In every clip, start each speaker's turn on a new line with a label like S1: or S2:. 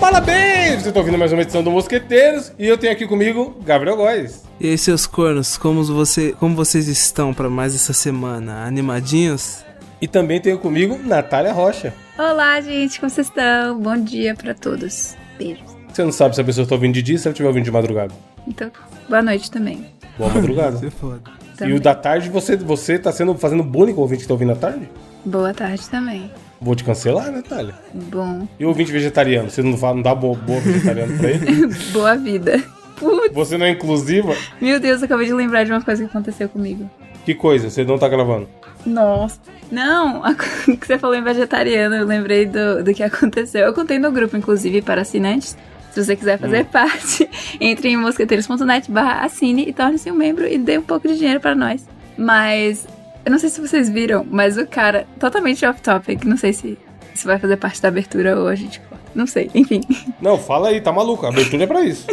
S1: Parabéns! Vocês estão ouvindo mais uma edição do Mosqueteiros e eu tenho aqui comigo Gabriel Góes.
S2: E aí, seus cornos, como, você, como vocês estão para mais essa semana? Animadinhos?
S1: E também tenho comigo Natália Rocha.
S3: Olá, gente, como vocês estão? Bom dia para todos. Beijos.
S1: Você não sabe se a pessoa está ouvindo de dia se ela estiver ouvindo de madrugada.
S3: Então, boa noite também.
S1: Boa madrugada.
S2: Você é foda.
S1: E
S3: Também.
S1: o da tarde, você, você tá sendo, fazendo bullying com o ouvinte que tá ouvindo à tarde?
S3: Boa tarde também.
S1: Vou te cancelar, Natália.
S3: Bom,
S1: E o ouvinte vegetariano? Você não, fala, não dá boa, boa vegetariano pra ele?
S3: boa vida. Putz,
S1: Você não é inclusiva?
S3: meu Deus, eu acabei de lembrar de uma coisa que aconteceu comigo.
S1: Que coisa, você não tá gravando.
S3: Nossa. Não, a co- que você falou em vegetariano, eu lembrei do, do que aconteceu. Eu contei no grupo, inclusive, para assinantes. Se você quiser fazer parte, entre em mosqueteiros.net barra assine e torne-se um membro e dê um pouco de dinheiro para nós. Mas, eu não sei se vocês viram, mas o cara, totalmente off-topic, não sei se, se vai fazer parte da abertura ou a gente corta. Não sei, enfim.
S1: Não, fala aí, tá maluco. A abertura é pra isso.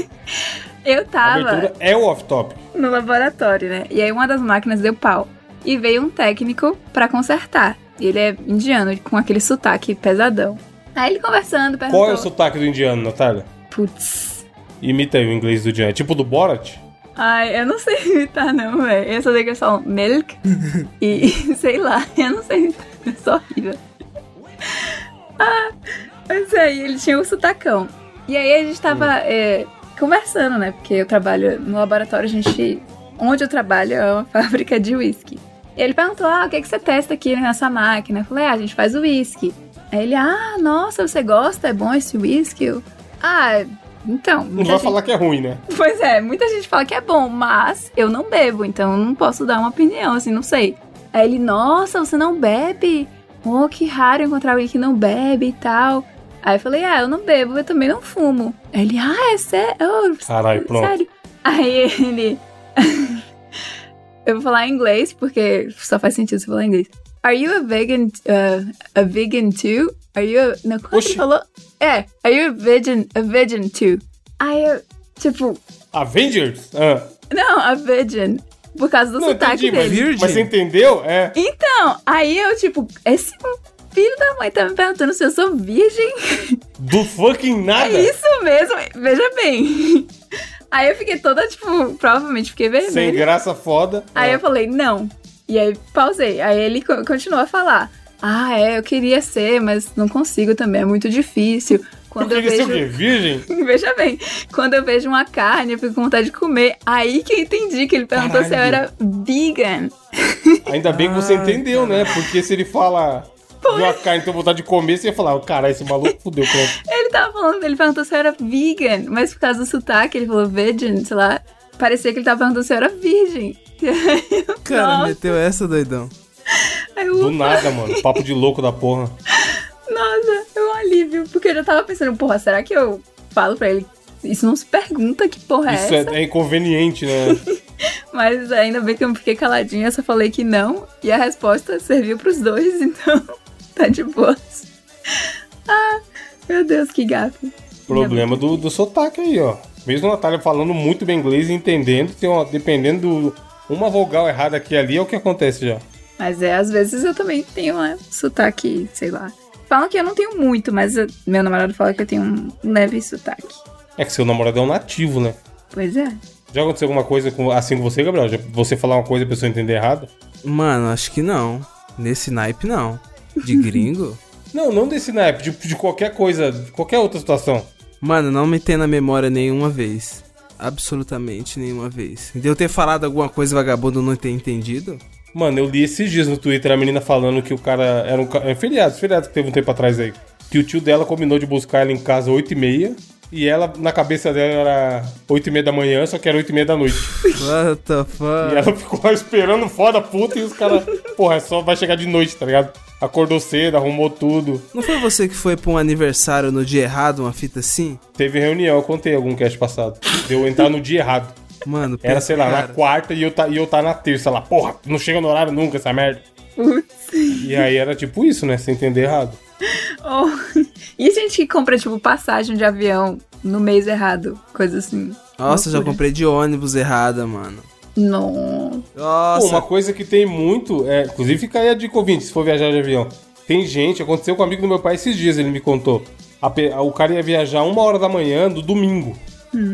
S3: Eu
S1: A
S3: tava...
S1: abertura é o off-top.
S3: no laboratório, né? E aí uma das máquinas deu pau. E veio um técnico pra consertar. E ele é indiano, com aquele sotaque pesadão. Aí ele conversando, perguntou...
S1: Qual é o sotaque do indiano, Natália?
S3: Putz...
S1: Imita aí o inglês do indiano. É Tipo do Borat?
S3: Ai, eu não sei imitar não, velho. Eu só sei que eles falam milk e sei lá. Eu não sei imitar, eu sou horrível. Ah, mas aí ele tinha o sotacão. E aí a gente tava
S1: Hum.
S3: é, conversando, né? Porque eu trabalho no laboratório, a gente... Onde eu trabalho é uma fábrica de uísque. E ele perguntou, ah, o que, que você testa aqui nessa máquina? Eu falei, ah, a gente faz uísque. Aí ele, ah, nossa, você gosta? É bom esse uísque? Eu, Ah, então...
S1: Não
S3: muita
S1: vai
S3: gente-
S1: falar que é ruim, né?
S3: Pois é, muita gente fala que é bom, mas eu não bebo, então eu não posso dar uma opinião, assim, não sei. Aí ele, nossa, você não bebe? Oh, que raro encontrar alguém que não bebe e tal. Aí eu falei, ah, eu não bebo, eu também não fumo. Aí ele, ah, é sério? Oh,
S1: Caralho, pronto.
S3: sério? Aí ele... eu vou falar em inglês, porque só faz sentido se falar em inglês. Are you a vegan, uh, a vegan too? Are you a... Não, como é que
S1: Oxi.
S3: ele falou? É, are you a vegan, a vegan too? Aí eu, tipo...
S1: Avengers? Ah.
S3: Não, a Virgin. Por causa do
S1: Não,
S3: sotaque
S1: entendi,
S3: dele.
S1: mas, mas você entendeu? É.
S3: Então, aí eu, tipo, esse filho da mãe tá me perguntando se eu sou virgem.
S1: Do fucking nada.
S3: É isso mesmo, veja bem. Aí eu fiquei toda, tipo, provavelmente fiquei
S1: Sem
S3: vermelha.
S1: graça foda.
S3: Aí
S1: Ah.
S3: eu falei, não. E aí pausei. Aí ele co- continuou a falar. Ah, é, eu queria ser, mas não consigo também, é muito difícil.
S1: Eu
S3: Quando eu,
S1: queria ser o
S3: vejo.
S1: quê? Virgem?
S3: Veja bem, quando eu vejo uma carne, eu fico com vontade de comer. Aí que eu entendi que ele perguntou se eu
S1: Caralho.
S3: era vegan.
S1: Ainda bem que você entendeu, né? Porque se ele fala. então Viu a carne, tem vontade de comer, você ia falar, "Oh, caralho, esse maluco fudeu. pronto."
S3: Ele tava falando, ele perguntou se eu era vegan, mas por causa do sotaque, ele falou virgin, sei lá. Parecia que ele tava perguntando se eu era virgem. Eu,
S2: Cara,
S3: nossa,
S2: meteu essa, doidão.
S3: aí eu,
S1: Do nada, mano. Papo de louco da porra.
S3: nossa, é um alívio. Porque eu já tava pensando, porra, será que eu falo pra ele? Isso não se pergunta que porra é
S1: Isso
S3: essa.
S1: é, é inconveniente, né?
S3: Mas ainda bem que eu não fiquei caladinha, só falei que não. E a resposta serviu pros dois, então tá de boas. Ah, meu Deus, que gato.
S1: Problema do, do sotaque aí, ó. Mesmo a Natália falando muito bem inglês e entendendo, tem uma, dependendo do. Uma vogal errada aqui e ali é o que acontece já.
S3: Mas é, às vezes eu também tenho um sotaque, sei lá. Falam que eu não tenho muito, mas eu- meu namorado fala que eu tenho um leve sotaque.
S1: É que seu namorado é um nativo, né?
S3: Pois é.
S1: Já aconteceu alguma coisa com- assim com você, Gabriel? Já- você falar uma coisa e a pessoa entender errado?
S2: Mano, acho que não. Nesse naipe, não. De gringo?
S1: Não, não desse naipe, de, de qualquer coisa, de qualquer outra situação.
S2: Mano, não me tem na memória nenhuma vez. Absolutamente nenhuma vez. De eu ter falado alguma coisa e o vagabundo não ter entendido?
S1: Mano, eu li esses dias no Twitter a menina falando que o cara era um. ca- É feriado, feriado que teve um tempo atrás aí. Que o tio dela combinou de buscar ela em casa às 8h30. E ela, na cabeça dela, era 8h30 da manhã, só que era 8h30 da noite.
S2: What the
S1: E
S2: fuck?
S1: ela ficou lá esperando foda puta e os caras, porra, é só vai chegar de noite, tá ligado? Acordou cedo, arrumou tudo.
S2: Não foi você que foi pra um aniversário no dia errado, uma fita assim?
S1: Teve reunião, eu contei algum cast passado. Deu entrar no dia errado.
S2: Mano,
S1: Era,
S2: pensa,
S1: sei lá, na
S2: cara.
S1: quarta e eu, tá, e eu tá na terça lá. Porra, não chega no horário nunca essa merda.
S3: Putz.
S1: E aí era tipo isso, né? Sem entender errado.
S3: Oh. E gente que compra, tipo, passagem de avião no mês errado, coisa assim.
S2: Nossa, já
S3: Loucura.
S2: comprei de ônibus errada, mano.
S3: Não.
S1: Pô,
S2: Nossa,
S1: uma coisa que tem muito, é, inclusive fica aí a dica ouvinte, se for viajar de avião. Tem gente, aconteceu com um amigo do meu pai esses dias, ele me contou. A pe- a- o cara ia viajar uma hora da manhã do domingo.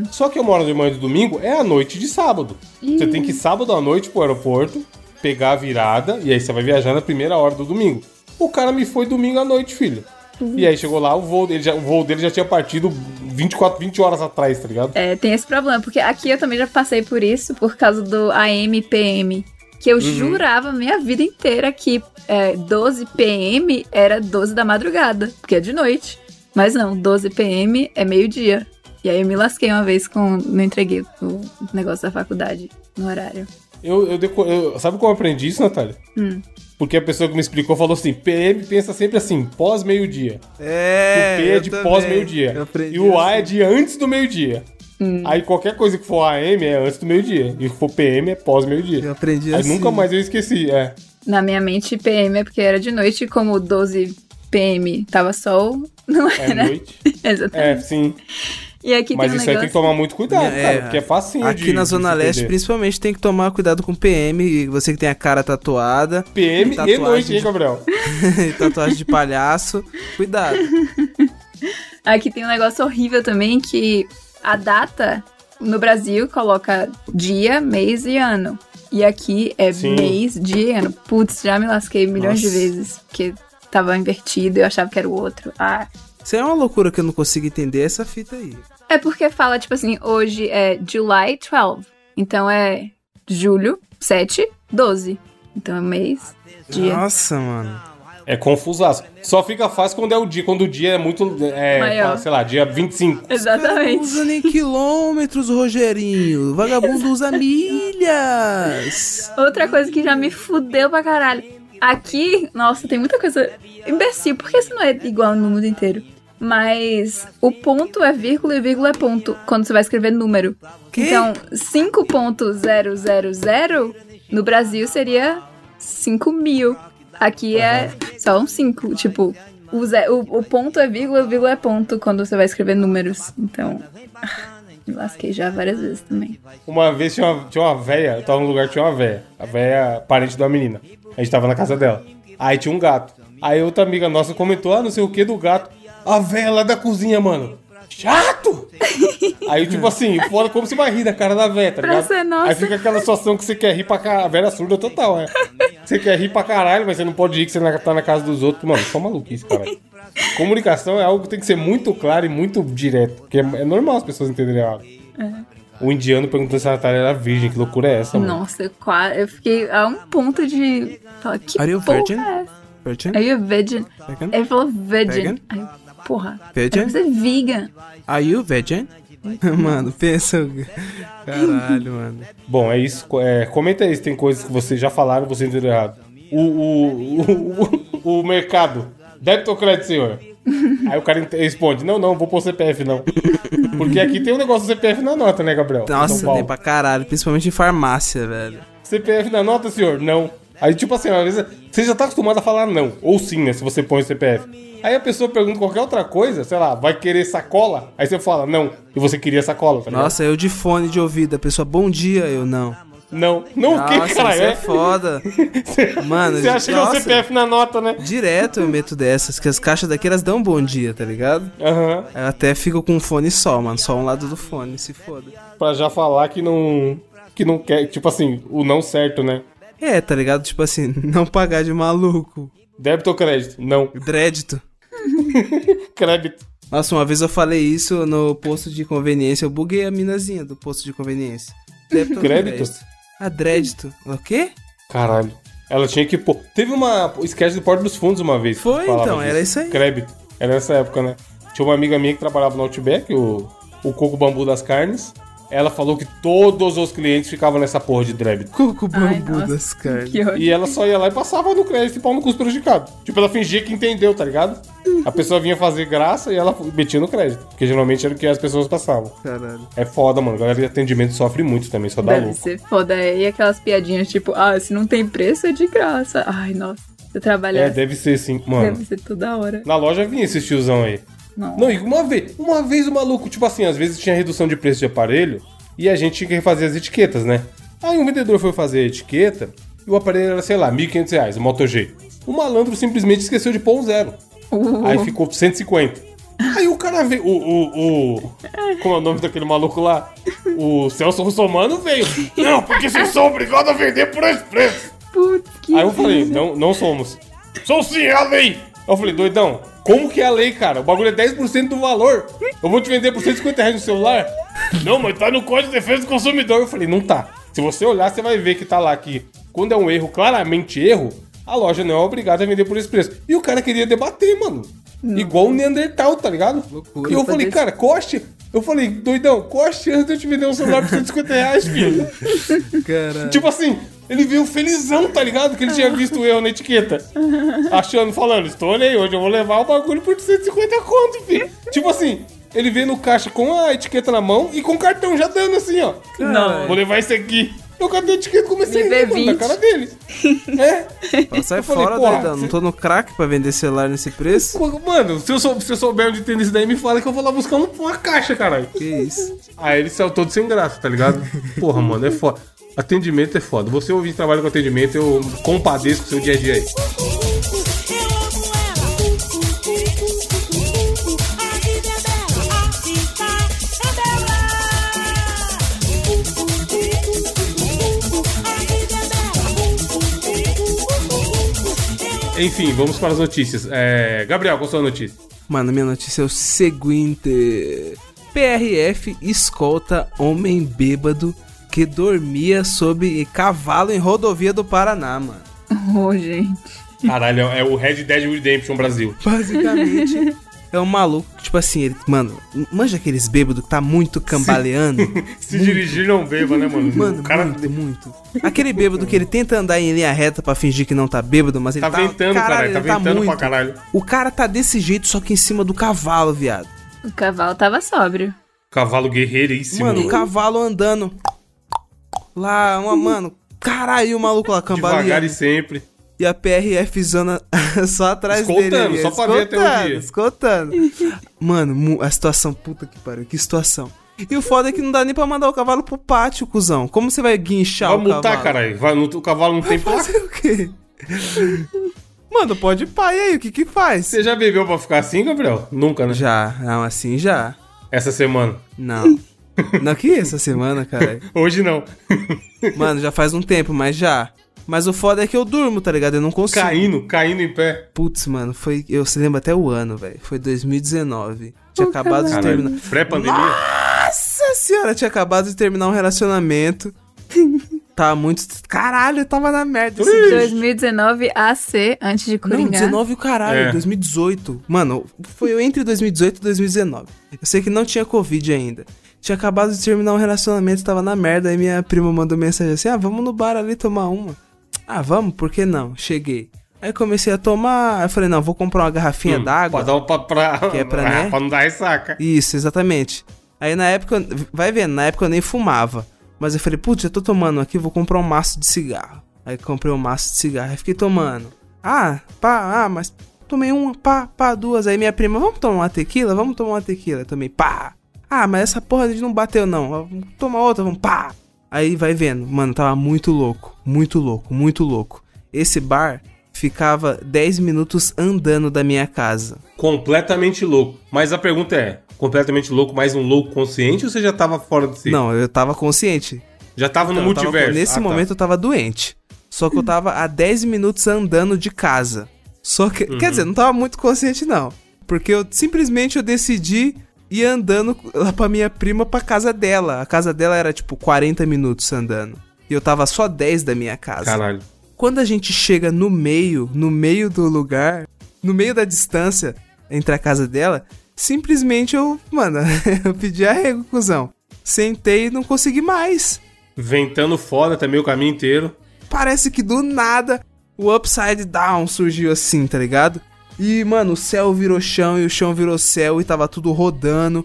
S1: Só que uma hora da manhã do domingo é a noite de sábado. Você tem que ir sábado à noite pro aeroporto, pegar a virada, e aí você vai viajar na primeira hora do domingo. O cara me foi domingo à noite, filho. E aí chegou lá, o voo, dele já, o voo dele já tinha partido 24, 20 horas atrás, tá ligado?
S3: É, tem esse problema, porque aqui eu também já passei por isso, por causa do AM e PM. Que eu
S1: Uhum.
S3: jurava minha vida inteira que é, 12 PM era 12 da madrugada, porque é de noite. Mas não, 12 PM é meio-dia. E aí eu me lasquei uma vez com. Não entreguei o negócio da faculdade no horário.
S1: Eu, eu, deco- eu- sabe como eu aprendi isso, Natália?
S3: Hum.
S1: Porque a pessoa que me explicou falou assim: PM pensa sempre assim, pós meio-dia.
S2: É.
S1: o P é
S2: eu
S1: de
S2: também.
S1: pós-meio-dia.
S2: Eu aprendi
S1: E o
S2: assim.
S1: A é de antes do meio-dia.
S3: Hum.
S1: Aí qualquer coisa que for AM é antes do meio-dia. E o que for PM é
S2: Eu
S1: pós-meio-dia.
S2: aprendi
S1: Aí
S2: assim.
S1: nunca mais eu esqueci, é.
S3: Na minha mente, PM é porque era de noite, e como 12 PM tava sol, não
S1: É
S3: era.
S1: noite.
S3: Exatamente.
S1: É, sim.
S3: E aqui
S1: Mas
S3: Né? tem um
S1: isso aí
S3: negócio.
S1: tem que tomar muito cuidado, cara.
S2: É,
S1: Porque é facinho
S2: Aqui
S1: de-
S2: na
S1: de
S2: Zona
S1: se
S2: Leste,
S1: perder.
S2: principalmente, tem que tomar cuidado com PM. e Você que tem a cara tatuada.
S1: PM e
S2: tatuagem
S1: é noite, hein,
S2: de-
S1: Gabriel?
S2: tatuagem de palhaço. Cuidado.
S3: Aqui tem um negócio horrível também que a data no Brasil coloca dia, mês e ano. E aqui é
S1: Sim.
S3: mês, dia e ano. Putz, já me lasquei milhões
S2: Nossa.
S3: de vezes, porque tava invertido e eu achava que era o outro. Ah.
S2: Isso é uma loucura que eu não consigo entender essa fita aí.
S3: É porque fala, tipo assim, hoje é July 12. Então é julho 7, 12. Então é mês, dia.
S2: Nossa, mano.
S1: É confusaço. Só fica fácil quando é o dia, quando o dia é muito. É,
S3: Maior.
S1: sei lá, dia 25.
S2: Cara, não
S3: Exatamente.
S2: usa nem quilômetros, Rogerinho. Vagabundo usa milhas.
S3: Outra coisa que já me fudeu pra caralho. Aqui, nossa, tem muita coisa imbecil, porque isso não é igual no mundo inteiro. Mas o ponto é vírgula e vírgula é ponto quando você vai escrever número.
S2: Que?
S3: Então, 5.000 no Brasil seria 5 mil. Aqui é só um 5. Tipo, o, ze- o- o ponto é vírgula e vírgula é ponto quando você vai escrever números. Então, me lasquei já várias vezes também.
S1: Uma vez tinha uma, tinha uma véia, eu tava num lugar que tinha uma véia. A véia, é parente de uma menina. A gente tava na casa dela. Aí tinha um gato. Aí outra amiga nossa comentou, ah, não sei o que do gato. A véia lá da cozinha, mano. Chato! Aí, tipo assim, fora como você vai rir da cara da véia, tá ligado?
S3: Praça é nossa.
S1: Aí fica aquela situação que você quer rir pra caralho. A véia é surda total, né? Você quer rir pra caralho, mas você não pode rir que você na- tá na casa dos outros. Mano, só maluquice, caralho. Comunicação é algo que tem que ser muito claro e muito direto. Porque é, é normal as pessoas entenderem algo. O indiano perguntando se a Natália era virgem, que loucura é essa, mano?
S3: Nossa, eu, qua- eu fiquei a um ponto de falar, que
S2: Are you
S3: porra
S2: virgin?
S3: é essa?
S2: Virgin?
S3: Are you virgin?
S2: Vegan?
S3: Ele falou virgin.
S2: Vegan?
S3: Aí, eu, porra,
S2: Virgin?
S3: você é vegan.
S2: Are you virgin? Mano, pensa. Caralho, mano.
S1: Bom, é isso. Co- é, comenta aí se tem coisas que vocês já falaram e você entendeu errado. O, o, o, o, o mercado. Débito ou crédito, senhor? Aí o cara ent- responde: Não, não, vou pôr CPF, não. Porque aqui tem um negócio do CPF na nota, né, Gabriel? Em São
S2: Nossa,
S1: Paulo.
S2: tem pra caralho. Principalmente em farmácia, velho.
S1: CPF na nota, senhor? Não. Aí, tipo assim, às vezes você já tá acostumado a falar não, ou sim, né, se você põe o CPF. Aí a pessoa pergunta qualquer outra coisa, sei lá, vai querer sacola? Aí você fala não, e você queria sacola, tá ligado?
S2: Nossa, eu de fone de ouvido. A pessoa, bom dia, eu não.
S1: Não, não o
S2: Nossa,
S1: que, cara?
S2: isso é foda. Mano,
S1: Você acha que é o
S2: nossa.
S1: CPF na nota, né?
S2: Direto eu meto dessas, que as caixas daqui elas dão bom dia, tá ligado?
S1: Aham.
S2: Eu até fico com um fone só, mano. Só um lado do fone, se foda.
S1: Pra já falar que não. Que não quer. Tipo assim, o não certo, né?
S2: É, tá ligado? Tipo assim, não pagar de maluco.
S1: Débito ou crédito? Não.
S2: Crédito.
S1: Crédito.
S2: Nossa, uma vez eu falei isso no posto de conveniência. Eu buguei a minazinha do posto de conveniência. Débito ou
S1: Crédito?
S2: Ah, crédito. O quê?
S1: Caralho. Ela tinha que pôr. Teve uma sketch do Porto dos Fundos uma vez. que
S2: Foi,
S1: falava
S2: então, era isso aí.
S1: Crédito. Era essa época, né? Tinha uma amiga minha que trabalhava no Outback, o, o Coco Bambu das Carnes. Ela falou que todos os clientes ficavam nessa porra de débito.
S2: Coco
S3: Ai,
S2: bambu
S3: nossa,
S2: das carnes.
S3: Que ódio.
S1: E ela só ia lá e passava no crédito e pau no custo prejudicado. Tipo, ela fingia que entendeu, tá ligado? A pessoa vinha fazer graça e ela metia no crédito. Porque geralmente era o que as pessoas passavam.
S2: Caralho.
S1: É foda, mano. A galera de atendimento sofre muito também, só dá
S3: Deve
S1: louco.
S3: ser foda. E aquelas piadinhas tipo, ah, se não tem preço é de graça. Ai, nossa, você
S2: né?
S3: trabalhar
S1: É, deve ser sim, mano.
S3: deve ser toda hora.
S1: Na loja vinha esses tiozão aí.
S3: Não.
S1: Não, e uma vez, uma vez o maluco, tipo assim, às vezes tinha redução de preço de aparelho e a gente tinha que refazer as etiquetas, né? Aí um vendedor foi fazer a etiqueta e o aparelho era, sei lá, R$ 1.500, o Moto G. O malandro simplesmente esqueceu de pôr um zero.
S3: Uh.
S1: Aí ficou 150. Aí o cara veio. O, o, o- Como é o nome daquele maluco lá? O Celso Russomano veio. Não, porque vocês são obrigados a vender por esse preço.
S3: Putz, que
S1: Aí eu falei, não, não somos. Sou sim, é a lei. Aí eu falei, doidão, como que é a lei, cara? O bagulho é 10% do valor. Eu vou te vender por 150 reais no celular? Não, mas tá no Código de Defesa do Consumidor. Eu falei, não tá. Se você olhar, você vai ver que tá lá que quando é um erro, claramente erro, a loja não é obrigada a vender por esse preço. E o cara queria debater, mano. Igual o Neandertal, tá ligado?
S2: Loucura.
S1: E eu falei, cara, coste... Eu falei, doidão, qual a chance de eu te vender um celular por 150 reais, filho?
S2: Cara,
S1: Tipo assim, ele veio felizão, tá ligado? Que ele tinha visto eu na etiqueta. Achando, falando, estou aí, hoje eu vou levar o bagulho por 150 conto, filho. Tipo assim, ele veio no caixa com a etiqueta na mão e com o cartão já dando assim, ó.
S3: Não.
S1: Vou levar esse aqui. Eu cadê a etiqueta e comecei
S3: Me
S1: a rir,
S3: vê
S1: mano, da
S3: 20.
S1: cara dele. É.
S2: sai
S1: eu falei,
S2: fora,
S1: porra,
S2: doidão. Não tô no crack pra vender celular nesse preço.
S1: Pô, Mano, se eu, sou, se eu souber onde tem isso daí, me fala que eu vou lá buscar um- uma caixa, caralho.
S2: Que isso?
S1: Aí ele saiu todo sem graça, tá ligado? Porra, mano, é foda. Atendimento é foda. Você ouvir trabalho com atendimento, eu compadeço com o seu dia a dia aí.
S4: Eu amo ela. A vida é bela, a vida é bela. A vida é bela. Eu
S1: Enfim, vamos para as notícias. É, Gabriel, qual a sua notícia?
S2: Mano, minha notícia é o seguinte: PRF escolta homem bêbado que dormia sob cavalo em rodovia do Paraná, mano.
S3: Ô, gente.
S1: Caralho, é o Red Dead Redemption Brasil.
S2: Basicamente. É um maluco, que, tipo assim, ele, mano, manja aqueles bêbados que tá muito cambaleando.
S1: Se dirigir não beba, né, mano?
S2: Mano,
S1: o cara
S2: muito, muito. Aquele bêbado que ele tenta andar em linha reta pra fingir que não tá bêbado, mas ele
S1: tá
S2: tá...
S1: ventando, caralho. Tá
S2: ele
S1: ventando pra
S2: muito.
S1: caralho.
S2: O cara tá desse jeito, só que em cima do cavalo, viado.
S3: O cavalo tava sóbrio.
S1: Cavalo guerreiríssimo.
S2: Mano, o cavalo andando. Lá, uma, mano. Caralho, o maluco lá
S1: Devagar e
S2: cambaleando.
S1: sempre.
S2: E a PRF zona só atrás
S1: Escoltando,
S2: dele. ali,
S1: só pra ver até onde ia.
S2: Escoltando, escoltando. Mano, mu- a situação, puta que pariu, que situação. E o foda é que não dá nem pra mandar o cavalo pro pátio, cuzão. Como você vai guinchar
S1: Vai
S2: o cavalo?
S1: multar, caralho. Vai, não- o cavalo não tem placa.
S2: Fazer o quê? Mano, pode pá, e aí, o que que faz?
S1: Você já bebeu pra ficar assim, Gabriel? Nunca, né?
S2: Já, não, assim já.
S1: Essa semana.
S2: Não. Não que essa semana, cara.
S1: Hoje não.
S2: Mano, já faz um tempo, mas já. Mas o foda é que eu durmo, tá ligado? Eu não consigo.
S1: caindo, caindo em pé.
S2: Putz, mano, foi. Eu se lembro até o ano, velho. Foi 2019. Tinha acabado de terminar.
S1: Caralho. Pré-pandemia.
S2: Nossa senhora, tinha acabado de terminar um relacionamento. Tava muito. Caralho, eu tava na merda. esse dia.
S3: 2019 AC, antes de
S2: Não,
S3: Coringá.
S2: 19 o caralho,
S1: É.
S2: 2018. Mano, foi entre 2018 e 2019. Eu sei que não tinha Covid ainda. Tinha acabado de terminar um relacionamento, tava na merda. Aí minha prima mandou mensagem assim: ah, vamos no bar ali tomar uma. Ah, vamos, por que não? Cheguei. Aí comecei a tomar. Aí eu falei: não, vou comprar uma garrafinha
S1: Pra
S2: d'água.
S1: dar um pra, pra,
S2: Que é pra, né?
S1: não dar ressaca.
S2: Isso, exatamente. Aí na época, eu- vai vendo, na época eu nem fumava. Mas eu falei, putz, eu tô tomando aqui, vou comprar um maço de cigarro. Aí comprei um maço de cigarro e fiquei tomando. Ah, pá, ah, mas tomei uma, pá, pá, duas. Aí minha prima, vamos tomar uma tequila? Vamos tomar uma tequila. Eu tomei, pá. Ah, mas essa porra a gente não bateu não. Vamos tomar outra, vamos, pá. Aí vai vendo, mano, tava muito louco, muito louco, muito louco. Esse bar ficava 10 minutos andando da minha casa.
S1: Completamente louco. Mas a pergunta é: completamente louco, mais um louco consciente ou você já tava fora de si?
S2: Não, eu tava consciente.
S1: Já tava no
S2: Então, eu tava-
S1: multiverso.
S2: nesse
S1: Ah, tá.
S2: momento eu tava doente. Só que eu tava a 10 minutos andando de casa. Só que. Quer dizer, não tava muito consciente, não. Porque eu simplesmente eu decidi ir andando lá pra minha prima pra casa dela. A casa dela era tipo 40 minutos andando. E eu tava só 10 da minha casa.
S1: Caralho.
S2: Quando a gente chega no meio, no meio do lugar, no meio da distância entre a casa dela, simplesmente eu, mano, eu pedi arrego, cuzão. Sentei e não consegui mais.
S1: Ventando foda também o caminho inteiro.
S2: Parece que do nada o Upside Down surgiu assim, tá ligado? E, mano, o céu virou chão e o chão virou céu e tava tudo rodando.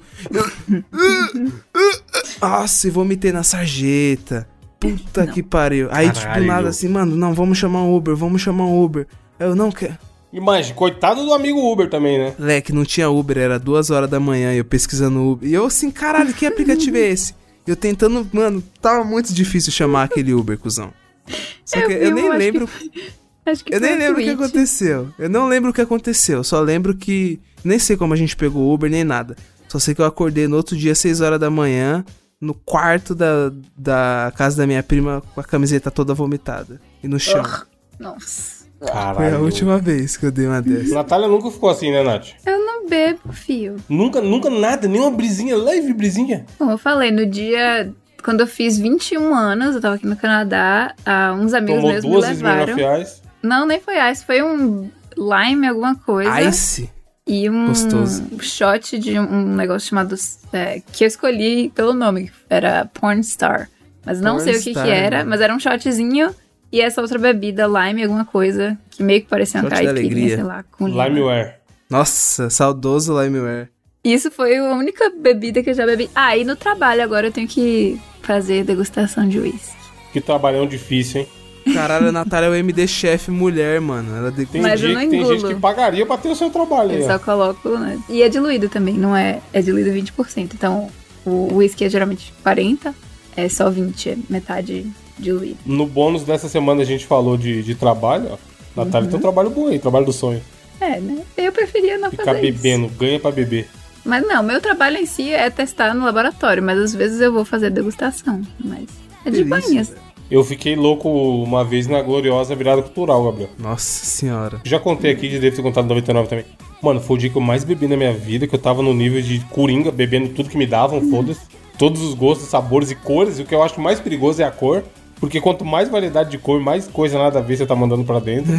S2: Nossa, e vomitei na sarjeta. Puta que pariu. Aí, tipo,
S1: Caralho.
S2: nada assim, mano, não, vamos chamar um Uber, vamos chamar um Uber. Eu não quero.
S1: Imagina, coitado do amigo Uber também, né?
S2: Leque, não tinha Uber, era duas horas da manhã e eu pesquisando Uber. E eu assim, caralho, que aplicativo é esse? Eu tentando, mano, tava muito difícil chamar aquele Uber, cuzão. Só que eu,
S3: vi um,
S2: nem
S3: acho
S2: lembro.
S3: Acho que
S2: Eu
S3: foi
S2: nem
S3: um
S2: lembro o que
S3: tweet.
S2: aconteceu. Eu não lembro o que aconteceu. Só lembro que. Nem sei como a gente pegou o Uber nem nada. Só sei que eu acordei no outro dia, 6 horas da manhã, no quarto da, da casa da minha prima, com a camiseta toda vomitada. E no chão.
S3: Nossa.
S1: Caralho.
S2: Foi a última vez que eu dei uma dessa.
S1: Natália nunca ficou assim, né, Nath?
S3: Eu não bebo, fio.
S1: Nunca, nunca nada, nenhuma brisinha, leve brisinha.
S3: Como eu falei, no dia. Quando eu fiz 21 anos, eu tava aqui no Canadá, ah, uns amigos
S1: Tomou
S3: meus
S1: duas
S3: me
S1: Smirnoff
S3: levaram.
S1: Ice.
S3: Não, nem foi ice, foi um lime, alguma coisa.
S2: Ice?
S3: E um
S2: Gostoso.
S3: shot de um negócio chamado. é, que eu escolhi pelo nome, que era Porn Star. Mas não
S2: Porn
S3: sei o que,
S2: Star.
S3: que era, mas era um shotzinho e essa outra bebida, lime, alguma coisa, que meio que parecia uma
S2: Shot da
S3: caipirinha,
S2: alegria.
S3: sei lá, com limão.
S1: Limeware.
S2: Nossa, saudoso Limeware.
S3: Isso foi a única bebida que eu já bebi. Ah, e no trabalho agora eu tenho que fazer degustação de uísque.
S1: Que trabalhão difícil, hein?
S2: Caralho, a Natália é o MD chefe mulher, mano. Ela de...
S1: Tem,
S3: Mas eu
S1: dia,
S3: não
S1: que tem gente
S3: engulo.
S1: que pagaria pra ter o seu trabalho aí,
S3: Eu
S1: ó.
S3: só coloco, né? E é diluído também, não é? É diluído 20%. Então o uísque é geralmente 40, é só 20, é metade diluído.
S1: No bônus dessa semana a gente falou de, de trabalho, ó. Natália tem um trabalho bom aí, trabalho do sonho.
S3: É, né? Eu preferia não
S1: Ficar
S3: fazer
S1: bebendo, ganha pra beber.
S3: isso. Mas não, meu trabalho em si é testar no laboratório, mas às vezes eu vou fazer degustação. Mas é de
S2: Delícia,
S3: banhas.
S2: velho.
S1: Eu fiquei louco uma vez na gloriosa virada cultural, Gabriel.
S2: Nossa senhora.
S1: Já contei aqui, já devo ter contado 99 também. Mano, foi o dia que eu mais bebi na minha vida, que eu tava no nível de coringa, bebendo tudo que me davam, foda-se. Todos os gostos, sabores e cores. E o que eu acho mais perigoso é a cor. Porque quanto mais variedade de cor, mais coisa nada a ver você tá mandando pra dentro.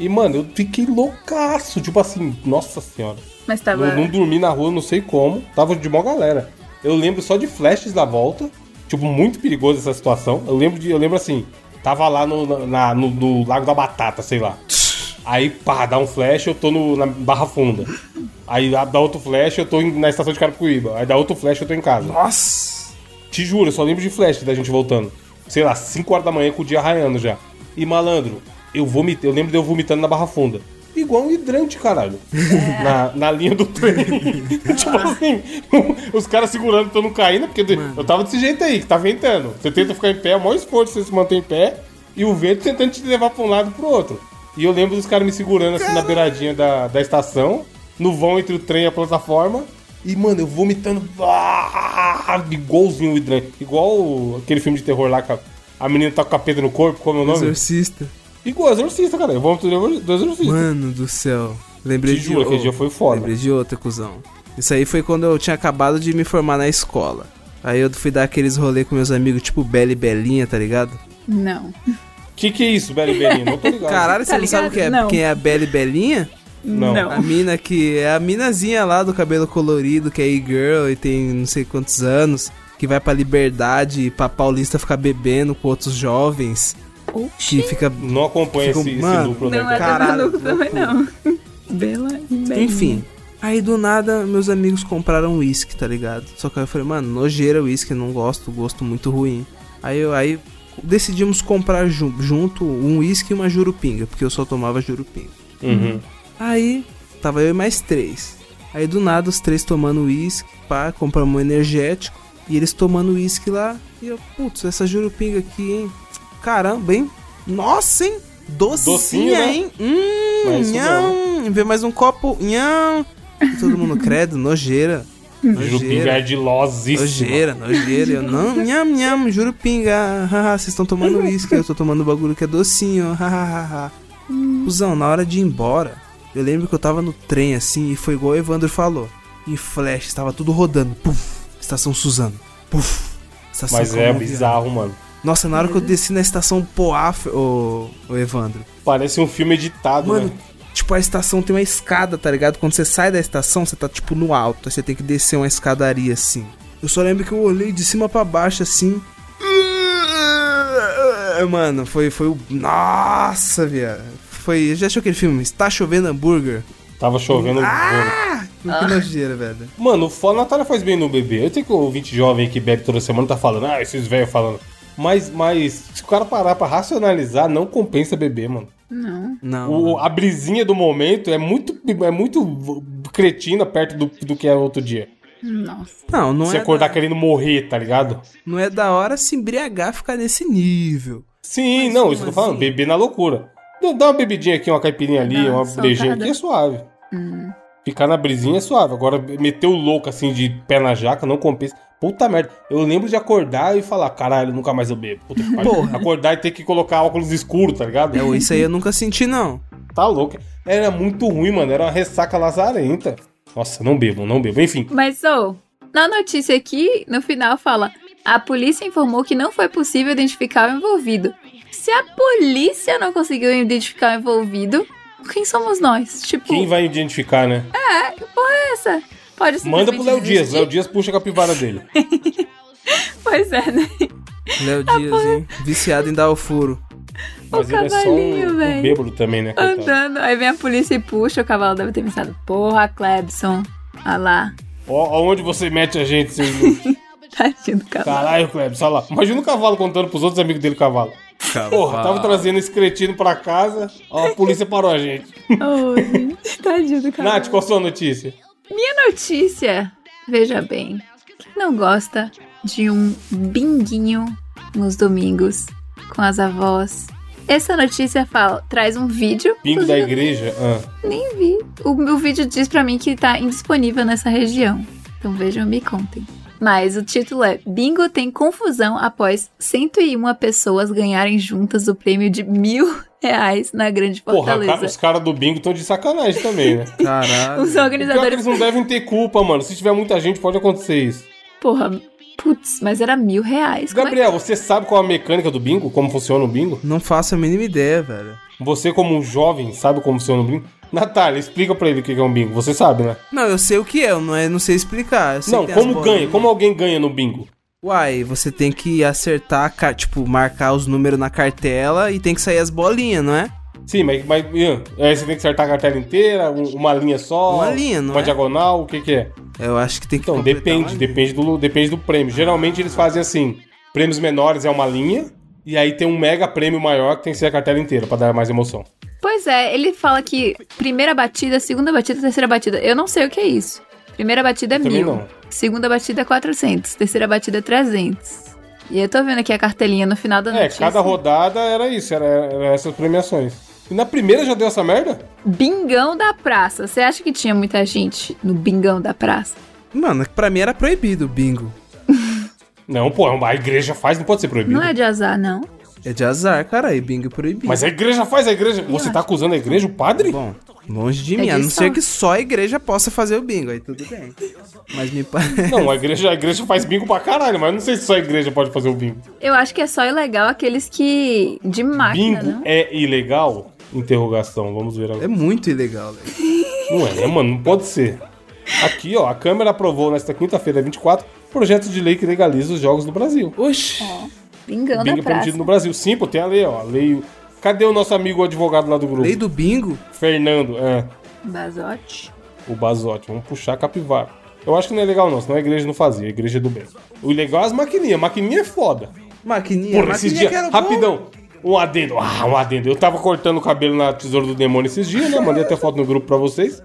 S1: E, mano, eu fiquei loucaço. Tipo assim, nossa senhora.
S3: Mas tava.
S1: Eu não dormi na rua, não sei como. Tava de mó galera. Eu lembro só de flashes da volta. Tipo, muito perigoso essa situação. Eu lembro de. Eu lembro assim. Tava lá no, na- no- no Lago da Batata, sei lá. Aí, pá, dá um flash, eu tô no- na Barra Funda. Aí dá dá outro flash, eu tô em- na estação de Carapicuíba. Aí dá outro flash, eu tô em casa.
S2: Nossa.
S1: Te juro, eu só lembro de flash da gente voltando. Sei lá, 5 horas da manhã com o dia raiando já. E malandro, eu vomitei, eu lembro de eu vomitando na barra funda. Igual um hidrante, caralho. Na, na linha do trem. tipo assim, os caras segurando pra eu não cair, né? Porque eu tava desse jeito aí, que tá ventando. Você tenta ficar em pé, é o maior esforço você se manter em pé. E o vento tentando te levar pra um lado e pro outro. E eu lembro dos caras me segurando assim na beiradinha da, da estação, no vão entre o trem e a plataforma. E, mano, eu vomitando. Ah, igualzinho o hidrante. Igual o- aquele filme de terror lá que a- a menina tá com a pedra no corpo, como é o nome?
S2: Exorcista.
S1: Igual exorcista, cara. Eu vomito do do exorcista.
S2: Mano do céu. Lembrei
S1: Te
S2: de
S1: juro, aquele
S2: oh,
S1: dia foi foda.
S2: Lembrei de outra, cuzão. Isso aí foi quando eu tinha acabado de me formar na escola. Aí eu fui dar aqueles rolê com meus amigos, tipo Bela e Belinha, tá ligado?
S3: Não.
S1: Que que é isso, Belly Belinha? Não tô ligado.
S2: Caralho, você
S3: Tá
S2: não sabe o
S3: ligado?
S2: que é,
S3: Não.
S2: quem é a Bela e Belinha?
S1: Não.
S2: A mina que é a minazinha lá do cabelo colorido, que é e-girl e tem não sei quantos anos, que vai pra liberdade pra paulista ficar bebendo com outros jovens, que
S3: Oxi.
S2: fica
S1: Não acompanha
S2: Fico-
S1: esse, esse
S2: mano,
S1: duplo, né?
S3: Não é
S1: cara?
S2: Caralho,
S3: Caralho, também, não. Bela e bela.
S2: Enfim. Aí do nada, meus amigos compraram uísque, tá ligado? Só que aí eu falei, mano, nojeira uísque, não gosto, gosto muito ruim. Aí, eu, aí decidimos comprar ju- junto um uísque e uma jurupinga, porque eu só tomava jurupinga.
S1: Uhum.
S2: Aí, tava eu e mais três. Aí do nada, os três tomando uísque, pá, compramos um energético. E eles tomando uísque lá. E eu, putz, essa jurupinga aqui, hein? Caramba, hein? Nossa, hein? Docinha,
S1: Docinho, né?
S2: hein? Hum,
S1: Mas isso
S2: nham. Vê mais um copo, nham. E todo mundo, credo, nojeira.
S1: Jupinga
S2: Nojeira,
S1: ardilosíssima.
S2: nojeira, nojeira. Eu, não, nham, nham, jurupinga. Haha, vocês estão tomando uísque, eu tô tomando bagulho que é docinho. Hahaha. Cusão, na hora de ir embora, eu lembro que eu tava no trem assim e foi igual o Evandro falou. Em flash, tava tudo rodando. Puf, estação Suzano. Puf, estação
S1: Mas é
S2: Colombiana.
S1: bizarro, mano.
S2: Nossa, na hora que eu desci na estação Poaf, o, Evandro.
S1: Parece um filme editado,
S2: Mano,
S1: né?
S2: tipo, a estação tem uma escada, tá ligado? Quando você sai da estação, você tá tipo no alto. Aí você tem que descer uma escadaria assim. Eu só lembro que eu olhei de cima pra baixo assim. Mano, foi, foi o. Nossa, viado. Foi. Já achou aquele filme? Está chovendo hambúrguer?
S1: Tava chovendo.
S2: Ah! Que nojeira, velho.
S1: Mano, o a Natália faz bem no bebê. Eu tenho que o ouvinte jovem que bebe toda semana tá falando, ah, esses velhos falando. Mas, mas, se o cara parar pra racionalizar, não compensa beber, mano.
S3: Não.
S2: Não.
S1: O- a brisinha do momento é muito, é muito cretina perto do, do que é outro dia.
S3: Nossa.
S2: Não, não
S1: Se
S2: é,
S1: acordar
S2: da,
S1: querendo morrer, tá ligado?
S2: não é da hora se embriagar ficar nesse nível.
S1: Sim, não, isso que eu tô
S2: como
S1: falando,
S2: assim?
S1: beber na loucura. Dá- Dá uma bebidinha aqui, uma caipirinha ali,
S3: Dá uma
S1: uma brejinha
S3: soltada.
S1: aqui,
S3: Hum.
S1: é suave. Ficar na brisinha é suave. Agora, meter o louco assim de pé na jaca não compensa. Puta merda. Eu lembro de acordar e falar, caralho, nunca mais eu bebo. Puta que pariu.
S2: Porra.
S1: Acordar e ter que colocar óculos escuros, tá ligado?
S2: É, ô, isso aí eu nunca senti, não.
S1: Tá louco. Era muito ruim, mano. Era uma ressaca lazarenta. Nossa, não bebo, não bebo. Enfim.
S3: Mas, ô, na notícia aqui, no final fala: a polícia informou que não foi possível identificar o envolvido. Se a polícia não conseguiu identificar o envolvido, quem somos nós? Tipo,
S1: Quem vai identificar, né?
S3: é, que porra é essa? Pode ser.
S1: Manda pro Léo Dias. Léo Dias puxa a capivara dele.
S3: Pois é, né?
S2: Léo Dias, hein? Viciado em dar o furo.
S1: Mas ele é só
S3: cavalinho,
S1: um, um
S3: velho.
S1: bêbado também, né? coitado?
S3: Andando. Aí vem a polícia e puxa, o cavalo deve ter pensado: porra, Clebson. Ah lá,
S1: Ó, aonde você mete a gente, seu inútil?
S3: tadinho do cavalo.
S1: Caralho, Klebs, olha lá. Imagina o cavalo contando pros outros amigos dele cavalo. Porra, tava trazendo esse cretino pra casa, ó, a polícia parou a gente.
S3: Ô, gente, tadinho do cavalo.
S1: Nath, qual a sua notícia?
S3: Minha notícia, veja bem, quem não gosta de um binguinho nos domingos com as avós? Essa notícia fala, traz um vídeo.
S1: Pingo da
S3: inclusive,
S1: igreja? Ah,
S3: eu Nem vi. O meu vídeo diz pra mim que tá indisponível nessa região. Então vejam, me contem. Mas o título é Bingo tem confusão após 101 pessoas ganharem juntas o prêmio de mil reais na Grande
S1: porra,
S3: Fortaleza.
S1: cara- os caras do bingo estão de sacanagem também, né?
S2: Caralho.
S3: Os
S1: O Pior é que
S3: organizadores
S1: eles não devem ter culpa, mano. Se tiver muita gente, pode acontecer isso.
S3: Porra, putz, mas era mil reais. Como é que-
S1: Gabriel, você sabe qual é a mecânica do bingo? Como funciona o bingo?
S2: Não faço a mínima ideia, velho.
S1: Você, como um jovem, sabe como funciona o bingo? Natália, explica pra ele o que é um bingo. Você sabe, né?
S2: Não, eu sei o que é, eu não, eu não sei explicar. eu sei
S1: Não,
S2: que tem as
S1: como
S2: bolinhas.
S1: ganha? Como alguém ganha no bingo?
S2: Uai, você tem que acertar, a ca- tipo, marcar os números na cartela e tem que sair as bolinhas, não é?
S1: Sim, mas, mas Ian, aí você tem que acertar a cartela inteira, um- uma linha só,
S2: Uma linha, não
S1: uma
S2: é?
S1: diagonal, o que que é?
S2: Eu acho que tem que
S1: Então,
S2: completar
S1: depende,
S2: uma-
S1: depende do, depende do prêmio. Geralmente eles fazem assim, prêmios menores é uma linha, e aí tem um mega prêmio maior que tem que ser a cartela inteira, pra dar mais emoção.
S3: Pois é, ele fala que primeira batida, segunda batida, terceira batida. Eu não sei o que é isso. Primeira batida é
S1: também
S3: mil.
S1: não.
S3: Segunda batida é 400. Terceira batida é 300. E eu tô vendo aqui a cartelinha no final da
S2: Ah,
S1: É,
S3: notícia.
S1: cada rodada era isso, era, era essas premiações. E na primeira já deu essa merda?
S3: Bingão da praça. Você acha que tinha muita gente no bingão da praça?
S2: Mano, pra mim era proibido o bingo.
S1: Não, pô, a igreja faz, não pode ser proibido.
S3: Não é de azar, não.
S2: É de azar, cara, e bingo é proibido.
S1: Mas a igreja faz, a igreja... Você tá acusando a igreja, o padre?
S2: Bom, longe de
S3: É
S2: mim, a não
S3: disso.
S2: ser que só a igreja possa fazer o bingo, aí tudo bem. Mas me parece...
S1: Não, a igreja, a igreja faz bingo pra caralho, mas não sei se só a igreja pode fazer o bingo.
S3: Eu acho que é só ilegal aqueles que. de máquina,
S1: Bingo
S3: não?
S1: é ilegal? Interrogação, vamos ver
S2: É
S1: agora.
S2: muito ilegal, velho.
S1: Não é, né, mano? Não pode ser. Aqui, ó, a Câmara aprovou nesta quinta-feira, 24, projeto de lei que legaliza os jogos no Brasil.
S2: Oxi,
S3: Bingão
S1: Bingo
S3: da
S1: é
S3: praça.
S1: permitido no Brasil. Sim, pô, tem a lei, ó. A lei. Cadê o nosso amigo advogado lá do grupo?
S2: lei do bingo?
S1: Fernando, é.
S3: Basote.
S1: O Basotti. Vamos puxar a capivara. Eu acho que não é legal, não, senão a igreja não fazia, a igreja é do bem. O legal é as maquininhas, maquininha é foda.
S2: Maquininha,
S1: Porra, esses dias,
S2: maquininha que era bom.
S1: rapidão. Um adendo, ah, um adendo. Eu tava cortando o cabelo na tesoura do demônio esses dias, né? Mandei até foto no grupo pra vocês.